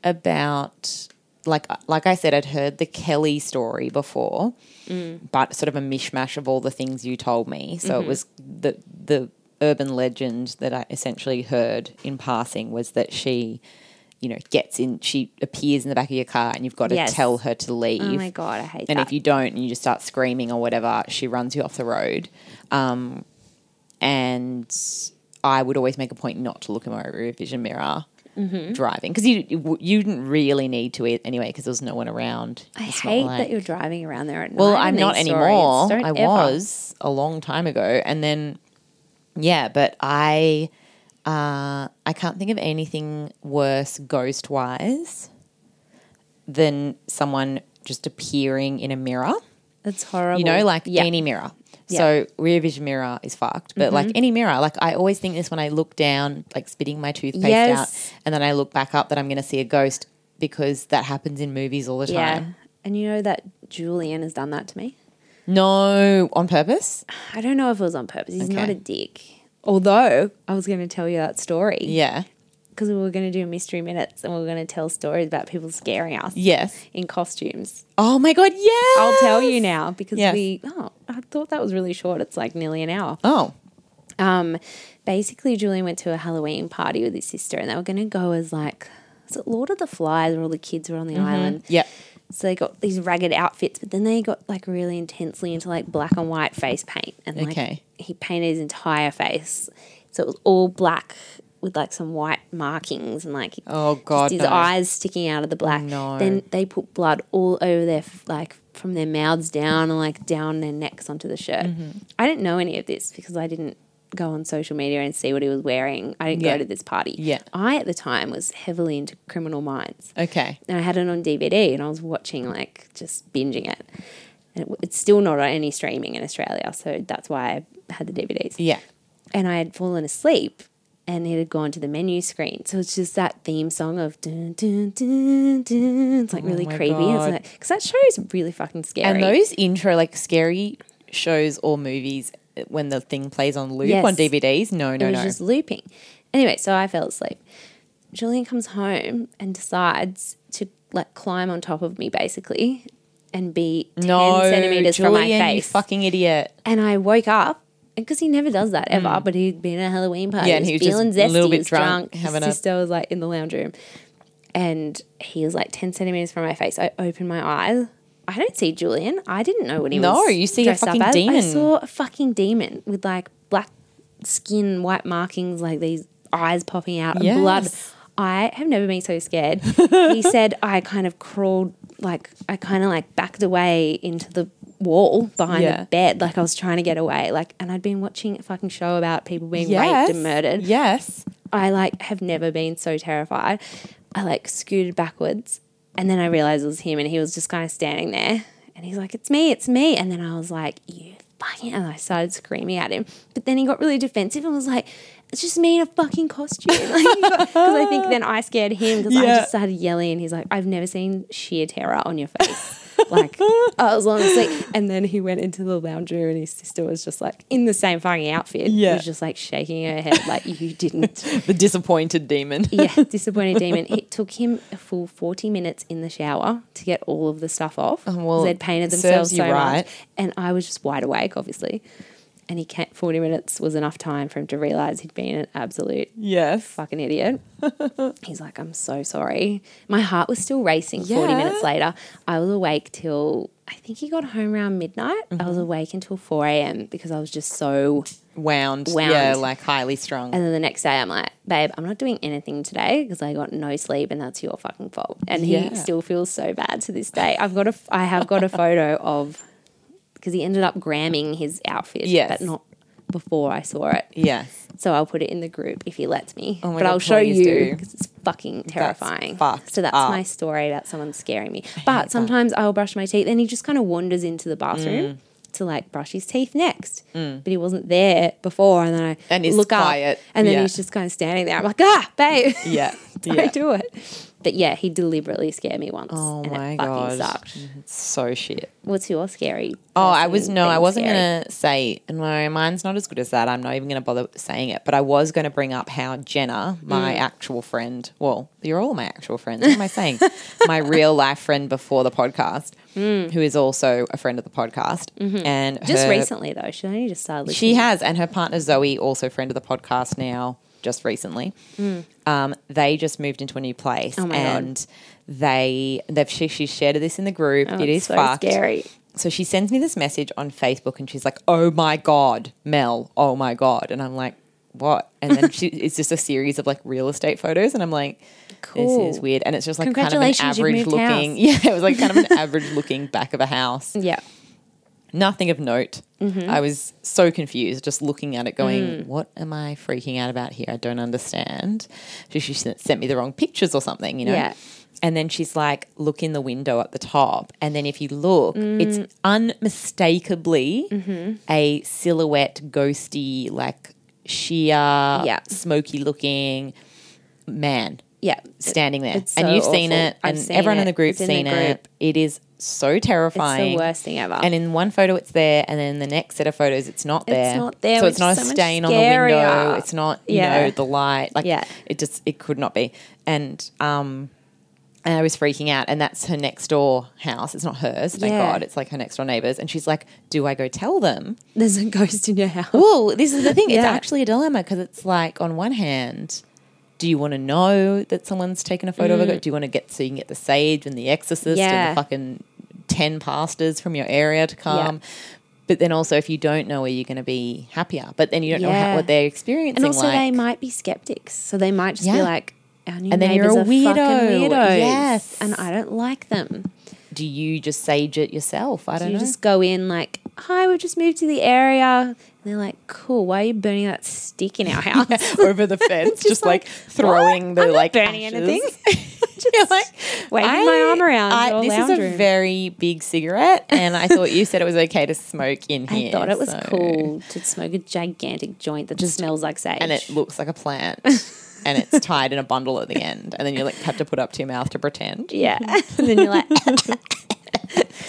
[SPEAKER 1] about like uh, like I said, I'd heard the Kelly story before,
[SPEAKER 2] Mm.
[SPEAKER 1] but sort of a mishmash of all the things you told me. So
[SPEAKER 2] Mm-hmm.
[SPEAKER 1] it was the the urban legend that I essentially heard in passing was that she, you know, gets in, she appears in the back of your car, and you've got to
[SPEAKER 2] Yes.
[SPEAKER 1] tell her to leave.
[SPEAKER 2] Oh my god, I hate
[SPEAKER 1] And
[SPEAKER 2] that.
[SPEAKER 1] if you don't, and you just start screaming or whatever, she runs you off the road. Um, and I would always make a point not to look in my rear vision mirror
[SPEAKER 2] Mm-hmm.
[SPEAKER 1] driving because you you didn't really need to eat anyway because there was no one around.
[SPEAKER 2] I
[SPEAKER 1] It's not
[SPEAKER 2] hate
[SPEAKER 1] like-
[SPEAKER 2] that you're driving around there at night.
[SPEAKER 1] well,
[SPEAKER 2] in
[SPEAKER 1] I'm not
[SPEAKER 2] these stories.
[SPEAKER 1] anymore.
[SPEAKER 2] Don't
[SPEAKER 1] I
[SPEAKER 2] ever.
[SPEAKER 1] was a long time ago, and then yeah, but I uh, I can't think of anything worse ghost wise than someone just appearing in a mirror.
[SPEAKER 2] It's horrible.
[SPEAKER 1] You know, like
[SPEAKER 2] yeah.
[SPEAKER 1] any mirror.
[SPEAKER 2] Yeah. Mm-hmm.
[SPEAKER 1] So rear vision mirror is fucked, but like any mirror, like I always think this when I look down, like spitting my toothpaste
[SPEAKER 2] Yes.
[SPEAKER 1] out, and then I look back up that I'm going to see a ghost because that happens in movies all the
[SPEAKER 2] yeah.
[SPEAKER 1] time.
[SPEAKER 2] And you know that Julian has done that to me.
[SPEAKER 1] No, on purpose.
[SPEAKER 2] I don't know if it was on purpose. He's not
[SPEAKER 1] Okay.
[SPEAKER 2] a dick. Although I was going to tell you that story
[SPEAKER 1] Yeah.
[SPEAKER 2] because we were going to do mystery minutes and we were going to tell stories about people scaring us
[SPEAKER 1] Yes.
[SPEAKER 2] in costumes.
[SPEAKER 1] Oh my god. Yeah.
[SPEAKER 2] I'll tell you now because
[SPEAKER 1] Yes.
[SPEAKER 2] we. Oh, I thought that was really short. It's like nearly an hour.
[SPEAKER 1] Oh.
[SPEAKER 2] Um, basically, Julian went to a Halloween party with his sister, and they were going to go as like, was it Lord of the Flies, where all the kids were on
[SPEAKER 1] Mm-hmm.
[SPEAKER 2] the island.
[SPEAKER 1] Yeah.
[SPEAKER 2] So they got these ragged outfits, but then they got like really intensely into like black and white face paint, and like
[SPEAKER 1] Okay.
[SPEAKER 2] he painted his entire face, so it was all black with like some white markings and like
[SPEAKER 1] Oh,
[SPEAKER 2] just
[SPEAKER 1] God,
[SPEAKER 2] his
[SPEAKER 1] no.
[SPEAKER 2] eyes sticking out of the black.
[SPEAKER 1] No.
[SPEAKER 2] Then they put blood all over their f- like from their mouths down and like down their necks onto the shirt.
[SPEAKER 1] Mm-hmm.
[SPEAKER 2] I didn't know any of this because I didn't go on social media and see what he was wearing. I didn't
[SPEAKER 1] Yeah.
[SPEAKER 2] go to this party.
[SPEAKER 1] Yeah.
[SPEAKER 2] I at the time was heavily into Criminal Minds
[SPEAKER 1] Okay.
[SPEAKER 2] and I had it on DVD and I was watching like just binging it. And it, w- it's still not on any streaming in Australia, so that's why I had the DVDs.
[SPEAKER 1] Yeah.
[SPEAKER 2] And I had fallen asleep and it had gone to the menu screen. So it's just that theme song of dun dun dun dun. It's like really
[SPEAKER 1] Oh my
[SPEAKER 2] creepy,
[SPEAKER 1] God.
[SPEAKER 2] isn't it? Because that show is really fucking scary.
[SPEAKER 1] And those intro like scary shows or movies when the thing plays on loop
[SPEAKER 2] Yes.
[SPEAKER 1] on DVDs. No, no,
[SPEAKER 2] it was
[SPEAKER 1] no.
[SPEAKER 2] just looping. Anyway, so I fell asleep. Julian comes home and decides to like climb on top of me basically and be 10
[SPEAKER 1] no,
[SPEAKER 2] centimeters from my
[SPEAKER 1] Julian, you
[SPEAKER 2] face.
[SPEAKER 1] fucking idiot.
[SPEAKER 2] And I woke up because he never does that ever, but he'd been at a Halloween party.
[SPEAKER 1] Hmm. Yeah, and
[SPEAKER 2] he was
[SPEAKER 1] he was
[SPEAKER 2] feeling
[SPEAKER 1] just a
[SPEAKER 2] zesty,
[SPEAKER 1] little
[SPEAKER 2] he
[SPEAKER 1] bit
[SPEAKER 2] was drunk.
[SPEAKER 1] drunk,
[SPEAKER 2] His
[SPEAKER 1] having a-
[SPEAKER 2] sister was like in the lounge room, and he was like ten centimeters from my face. I opened my eyes. I don't see Julian. I didn't know what he
[SPEAKER 1] No,
[SPEAKER 2] was.
[SPEAKER 1] you see a
[SPEAKER 2] dressed up
[SPEAKER 1] fucking
[SPEAKER 2] as. I
[SPEAKER 1] demon.
[SPEAKER 2] saw a fucking demon with like black skin, white markings, like these eyes popping out, and blood.
[SPEAKER 1] Yes.
[SPEAKER 2] I have never been so scared. he said I kind of crawled, like I kind of like backed away into the wall behind
[SPEAKER 1] Yeah.
[SPEAKER 2] the bed, like I was trying to get away. Like, and I'd been watching a fucking show about people being
[SPEAKER 1] Yes.
[SPEAKER 2] raped and murdered.
[SPEAKER 1] Yes.
[SPEAKER 2] I like have never been so terrified. I like scooted backwards, and then I realized it was him, and he was just kind of standing there, and he's like, "It's me, it's me," and then I was like, "You fucking!" And I started screaming at him, but then he got really defensive and was like. It's just me in a fucking costume. Because I think then I scared him because I
[SPEAKER 1] Yeah.
[SPEAKER 2] just started yelling. And he's like, I've never seen sheer terror on your face. like, I was honestly. And then he went into the lounge room and his sister was just like in the same fucking outfit.
[SPEAKER 1] Yeah.
[SPEAKER 2] Was just like shaking her head, like, you didn't
[SPEAKER 1] The disappointed demon.
[SPEAKER 2] yeah, disappointed demon. It took him a full forty minutes in the shower to get all of the stuff off.
[SPEAKER 1] Oh, well,
[SPEAKER 2] they'd painted
[SPEAKER 1] serves
[SPEAKER 2] themselves
[SPEAKER 1] you
[SPEAKER 2] so
[SPEAKER 1] right.
[SPEAKER 2] much, and I was just wide awake, obviously. And he can't, forty minutes was enough time for him to realize he'd been an absolute
[SPEAKER 1] Yes.
[SPEAKER 2] fucking idiot. He's like, I'm so sorry. My heart was still racing. Forty
[SPEAKER 1] Yeah.
[SPEAKER 2] minutes later, I was awake till I think he got home around midnight. I
[SPEAKER 1] Mm-hmm.
[SPEAKER 2] was awake until four a.m. because I was just so
[SPEAKER 1] Wound.
[SPEAKER 2] Wound.
[SPEAKER 1] Yeah, like highly strung.
[SPEAKER 2] and then the next day, I'm like, babe, I'm not doing anything today because I got no sleep, and that's your fucking fault. And
[SPEAKER 1] Yeah.
[SPEAKER 2] he still feels so bad to this day. I've got a, I have got a photo of, because he ended up gramming his outfit,
[SPEAKER 1] Yes.
[SPEAKER 2] but not before I saw it.
[SPEAKER 1] Yes.
[SPEAKER 2] So I'll put it in the group if he lets me.
[SPEAKER 1] Oh my
[SPEAKER 2] but
[SPEAKER 1] God,
[SPEAKER 2] I'll show
[SPEAKER 1] please
[SPEAKER 2] you
[SPEAKER 1] do.
[SPEAKER 2] because it's fucking terrifying.
[SPEAKER 1] fucked
[SPEAKER 2] so that's
[SPEAKER 1] up.
[SPEAKER 2] my story about someone scaring me. But sometimes I'll brush my teeth and he just kind of wanders into the
[SPEAKER 1] Mm.
[SPEAKER 2] bathroom to like brush his teeth next. But he wasn't there before. And then I
[SPEAKER 1] And he's
[SPEAKER 2] look
[SPEAKER 1] quiet.
[SPEAKER 2] up and then
[SPEAKER 1] Yeah.
[SPEAKER 2] he's just kind of standing there. I'm like, ah, babe.
[SPEAKER 1] Yeah.
[SPEAKER 2] Don't
[SPEAKER 1] yeah.
[SPEAKER 2] do it. But yeah, he deliberately scared me once.
[SPEAKER 1] Oh
[SPEAKER 2] and
[SPEAKER 1] my
[SPEAKER 2] it
[SPEAKER 1] god.
[SPEAKER 2] fucking sucked.
[SPEAKER 1] So shit.
[SPEAKER 2] What's your scary?
[SPEAKER 1] Oh, I
[SPEAKER 2] person
[SPEAKER 1] was no, I
[SPEAKER 2] thing
[SPEAKER 1] wasn't
[SPEAKER 2] scary?
[SPEAKER 1] gonna say, and my mine's not as good as that. I'm not even gonna bother saying it. But I was gonna bring up how Jenna, my
[SPEAKER 2] Mm.
[SPEAKER 1] actual friend, well, you're all my actual friends. What am I saying? my real life friend before the podcast, who is also a friend of the podcast, and
[SPEAKER 2] Mm. Mm-hmm. Just
[SPEAKER 1] her-
[SPEAKER 2] recently though, she only just started listening.
[SPEAKER 1] she has, and her partner Zoe, also friend of the podcast now, just recently. Um, they just moved into a new place,
[SPEAKER 2] Hmm. Oh my God.
[SPEAKER 1] and they they've she, she shared this in the group.
[SPEAKER 2] Oh,
[SPEAKER 1] it is
[SPEAKER 2] it's so
[SPEAKER 1] fucked.
[SPEAKER 2] scary.
[SPEAKER 1] So she sends me this message on Facebook, and she's like, "Oh my god, Mel! Oh my god!" And I'm like, "What?" And then she, it's just a series of like real estate photos, and I'm like.
[SPEAKER 2] Cool.
[SPEAKER 1] This is weird, and it's just like kind of an
[SPEAKER 2] Congratulations, you've
[SPEAKER 1] average
[SPEAKER 2] moved house.
[SPEAKER 1] looking. Yeah, it was like kind of an average looking back of a house
[SPEAKER 2] Yeah.
[SPEAKER 1] nothing of note.
[SPEAKER 2] Mm-hmm.
[SPEAKER 1] I was so confused just looking at it, going,
[SPEAKER 2] Mm.
[SPEAKER 1] What am I freaking out about here? I don't understand. She, she sent sent me the wrong pictures or something, you know?
[SPEAKER 2] Yeah.
[SPEAKER 1] And then she's like, Look in the window at the top. And then if you look,
[SPEAKER 2] Mm.
[SPEAKER 1] it's unmistakably
[SPEAKER 2] Mm-hmm.
[SPEAKER 1] a silhouette, ghosty, like sheer, smoky looking man
[SPEAKER 2] Yeah.
[SPEAKER 1] standing there.
[SPEAKER 2] It's
[SPEAKER 1] and
[SPEAKER 2] so
[SPEAKER 1] you've seen
[SPEAKER 2] awful.
[SPEAKER 1] it,
[SPEAKER 2] I've
[SPEAKER 1] and
[SPEAKER 2] seen
[SPEAKER 1] everyone
[SPEAKER 2] it.
[SPEAKER 1] in the group's
[SPEAKER 2] It's in the
[SPEAKER 1] seen
[SPEAKER 2] group.
[SPEAKER 1] it. It is so terrifying.
[SPEAKER 2] It's the worst thing ever.
[SPEAKER 1] And in one photo, it's there, and then the next set of photos, it's not there.
[SPEAKER 2] not there,
[SPEAKER 1] So
[SPEAKER 2] which
[SPEAKER 1] it's not
[SPEAKER 2] is
[SPEAKER 1] a
[SPEAKER 2] so much
[SPEAKER 1] stain on the window.
[SPEAKER 2] scarier.
[SPEAKER 1] It's not, you
[SPEAKER 2] Yeah.
[SPEAKER 1] know, the light. Like,
[SPEAKER 2] Yeah.
[SPEAKER 1] it just, it could not be. And, um, and I was freaking out, and that's her next door house. It's not hers, thank
[SPEAKER 2] Yeah.
[SPEAKER 1] God. It's like her next door neighbors. And she's like, Do I go tell them?
[SPEAKER 2] There's a ghost in your house.
[SPEAKER 1] Well, this is the thing. It's
[SPEAKER 2] Yeah.
[SPEAKER 1] actually a dilemma because it's like, on one hand, do you want to know that someone's taken a photo of it? Do you want to get so you can get the sage and the exorcist
[SPEAKER 2] Mm. Yeah.
[SPEAKER 1] and the fucking 10 pastors from your area to come? But then also, if you don't know, are you going to be happier? But then you don't know
[SPEAKER 2] Yeah.
[SPEAKER 1] how, what they're experiencing.
[SPEAKER 2] And also,
[SPEAKER 1] like.
[SPEAKER 2] they might be skeptics, so they might just be
[SPEAKER 1] Yeah.
[SPEAKER 2] like, "Our new
[SPEAKER 1] And then you're
[SPEAKER 2] neighbors
[SPEAKER 1] a
[SPEAKER 2] are fucking
[SPEAKER 1] weirdo.
[SPEAKER 2] weirdos."
[SPEAKER 1] Yes.
[SPEAKER 2] and I don't like them.
[SPEAKER 1] do you just sage it yourself? I don't
[SPEAKER 2] You
[SPEAKER 1] know.
[SPEAKER 2] just go in like, "Hi, we've just moved to the area," and they're like, "Cool, why are you burning that stick in our house?"
[SPEAKER 1] over the fence, just, like, throwing
[SPEAKER 2] "What?
[SPEAKER 1] the
[SPEAKER 2] I'm not
[SPEAKER 1] like
[SPEAKER 2] burning
[SPEAKER 1] ashes.
[SPEAKER 2] anything."
[SPEAKER 1] You're like
[SPEAKER 2] waving my arm around your
[SPEAKER 1] this
[SPEAKER 2] lounge
[SPEAKER 1] is a
[SPEAKER 2] room.
[SPEAKER 1] very big cigarette, and I thought you said it was okay to smoke in
[SPEAKER 2] I
[SPEAKER 1] here.
[SPEAKER 2] thought it was
[SPEAKER 1] so-
[SPEAKER 2] cool to smoke a gigantic joint that just smells like sage.
[SPEAKER 1] and it looks like a plant, and it's tied in a bundle at the end, and then you like have to put up to your mouth to pretend.
[SPEAKER 2] yeah, and then you're like,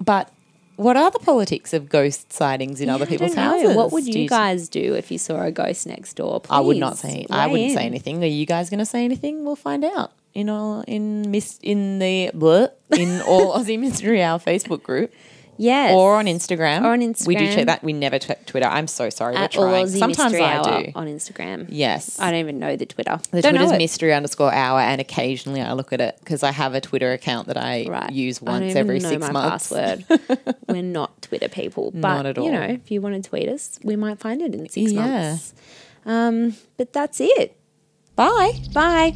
[SPEAKER 1] But what are the politics of ghost sightings in other
[SPEAKER 2] "I don't
[SPEAKER 1] people's
[SPEAKER 2] know.
[SPEAKER 1] houses?
[SPEAKER 2] What would
[SPEAKER 1] Do
[SPEAKER 2] you guys do if you saw a ghost next door?" Please,
[SPEAKER 1] I would not say. I
[SPEAKER 2] weigh
[SPEAKER 1] wouldn't
[SPEAKER 2] in.
[SPEAKER 1] say anything. Are you guys going to say anything? We'll find out. You know, in miss in the bleh, in all Aussie Mystery Hour Facebook group
[SPEAKER 2] Yes,
[SPEAKER 1] or on Instagram.
[SPEAKER 2] Or on
[SPEAKER 1] we do
[SPEAKER 2] Instagram.
[SPEAKER 1] check that. We never check Twitter. I'm so sorry.
[SPEAKER 2] at
[SPEAKER 1] we're
[SPEAKER 2] All
[SPEAKER 1] trying.
[SPEAKER 2] Aussie
[SPEAKER 1] Sometimes
[SPEAKER 2] Mystery
[SPEAKER 1] I
[SPEAKER 2] Hour
[SPEAKER 1] do.
[SPEAKER 2] on Instagram.
[SPEAKER 1] Yes,
[SPEAKER 2] I don't even know the Twitter.
[SPEAKER 1] the
[SPEAKER 2] don't
[SPEAKER 1] Twitter's
[SPEAKER 2] know it.
[SPEAKER 1] mystery underscore hour, and occasionally I look at it because I have a Twitter account that I
[SPEAKER 2] Right.
[SPEAKER 1] use
[SPEAKER 2] I don't
[SPEAKER 1] once
[SPEAKER 2] even
[SPEAKER 1] every
[SPEAKER 2] know
[SPEAKER 1] six
[SPEAKER 2] my
[SPEAKER 1] months.
[SPEAKER 2] Password. We're not Twitter people, but
[SPEAKER 1] Not at all.
[SPEAKER 2] you know, if you want to tweet us, we might find it in six
[SPEAKER 1] Yeah.
[SPEAKER 2] months. Um, but that's it.
[SPEAKER 1] Bye.
[SPEAKER 2] Bye.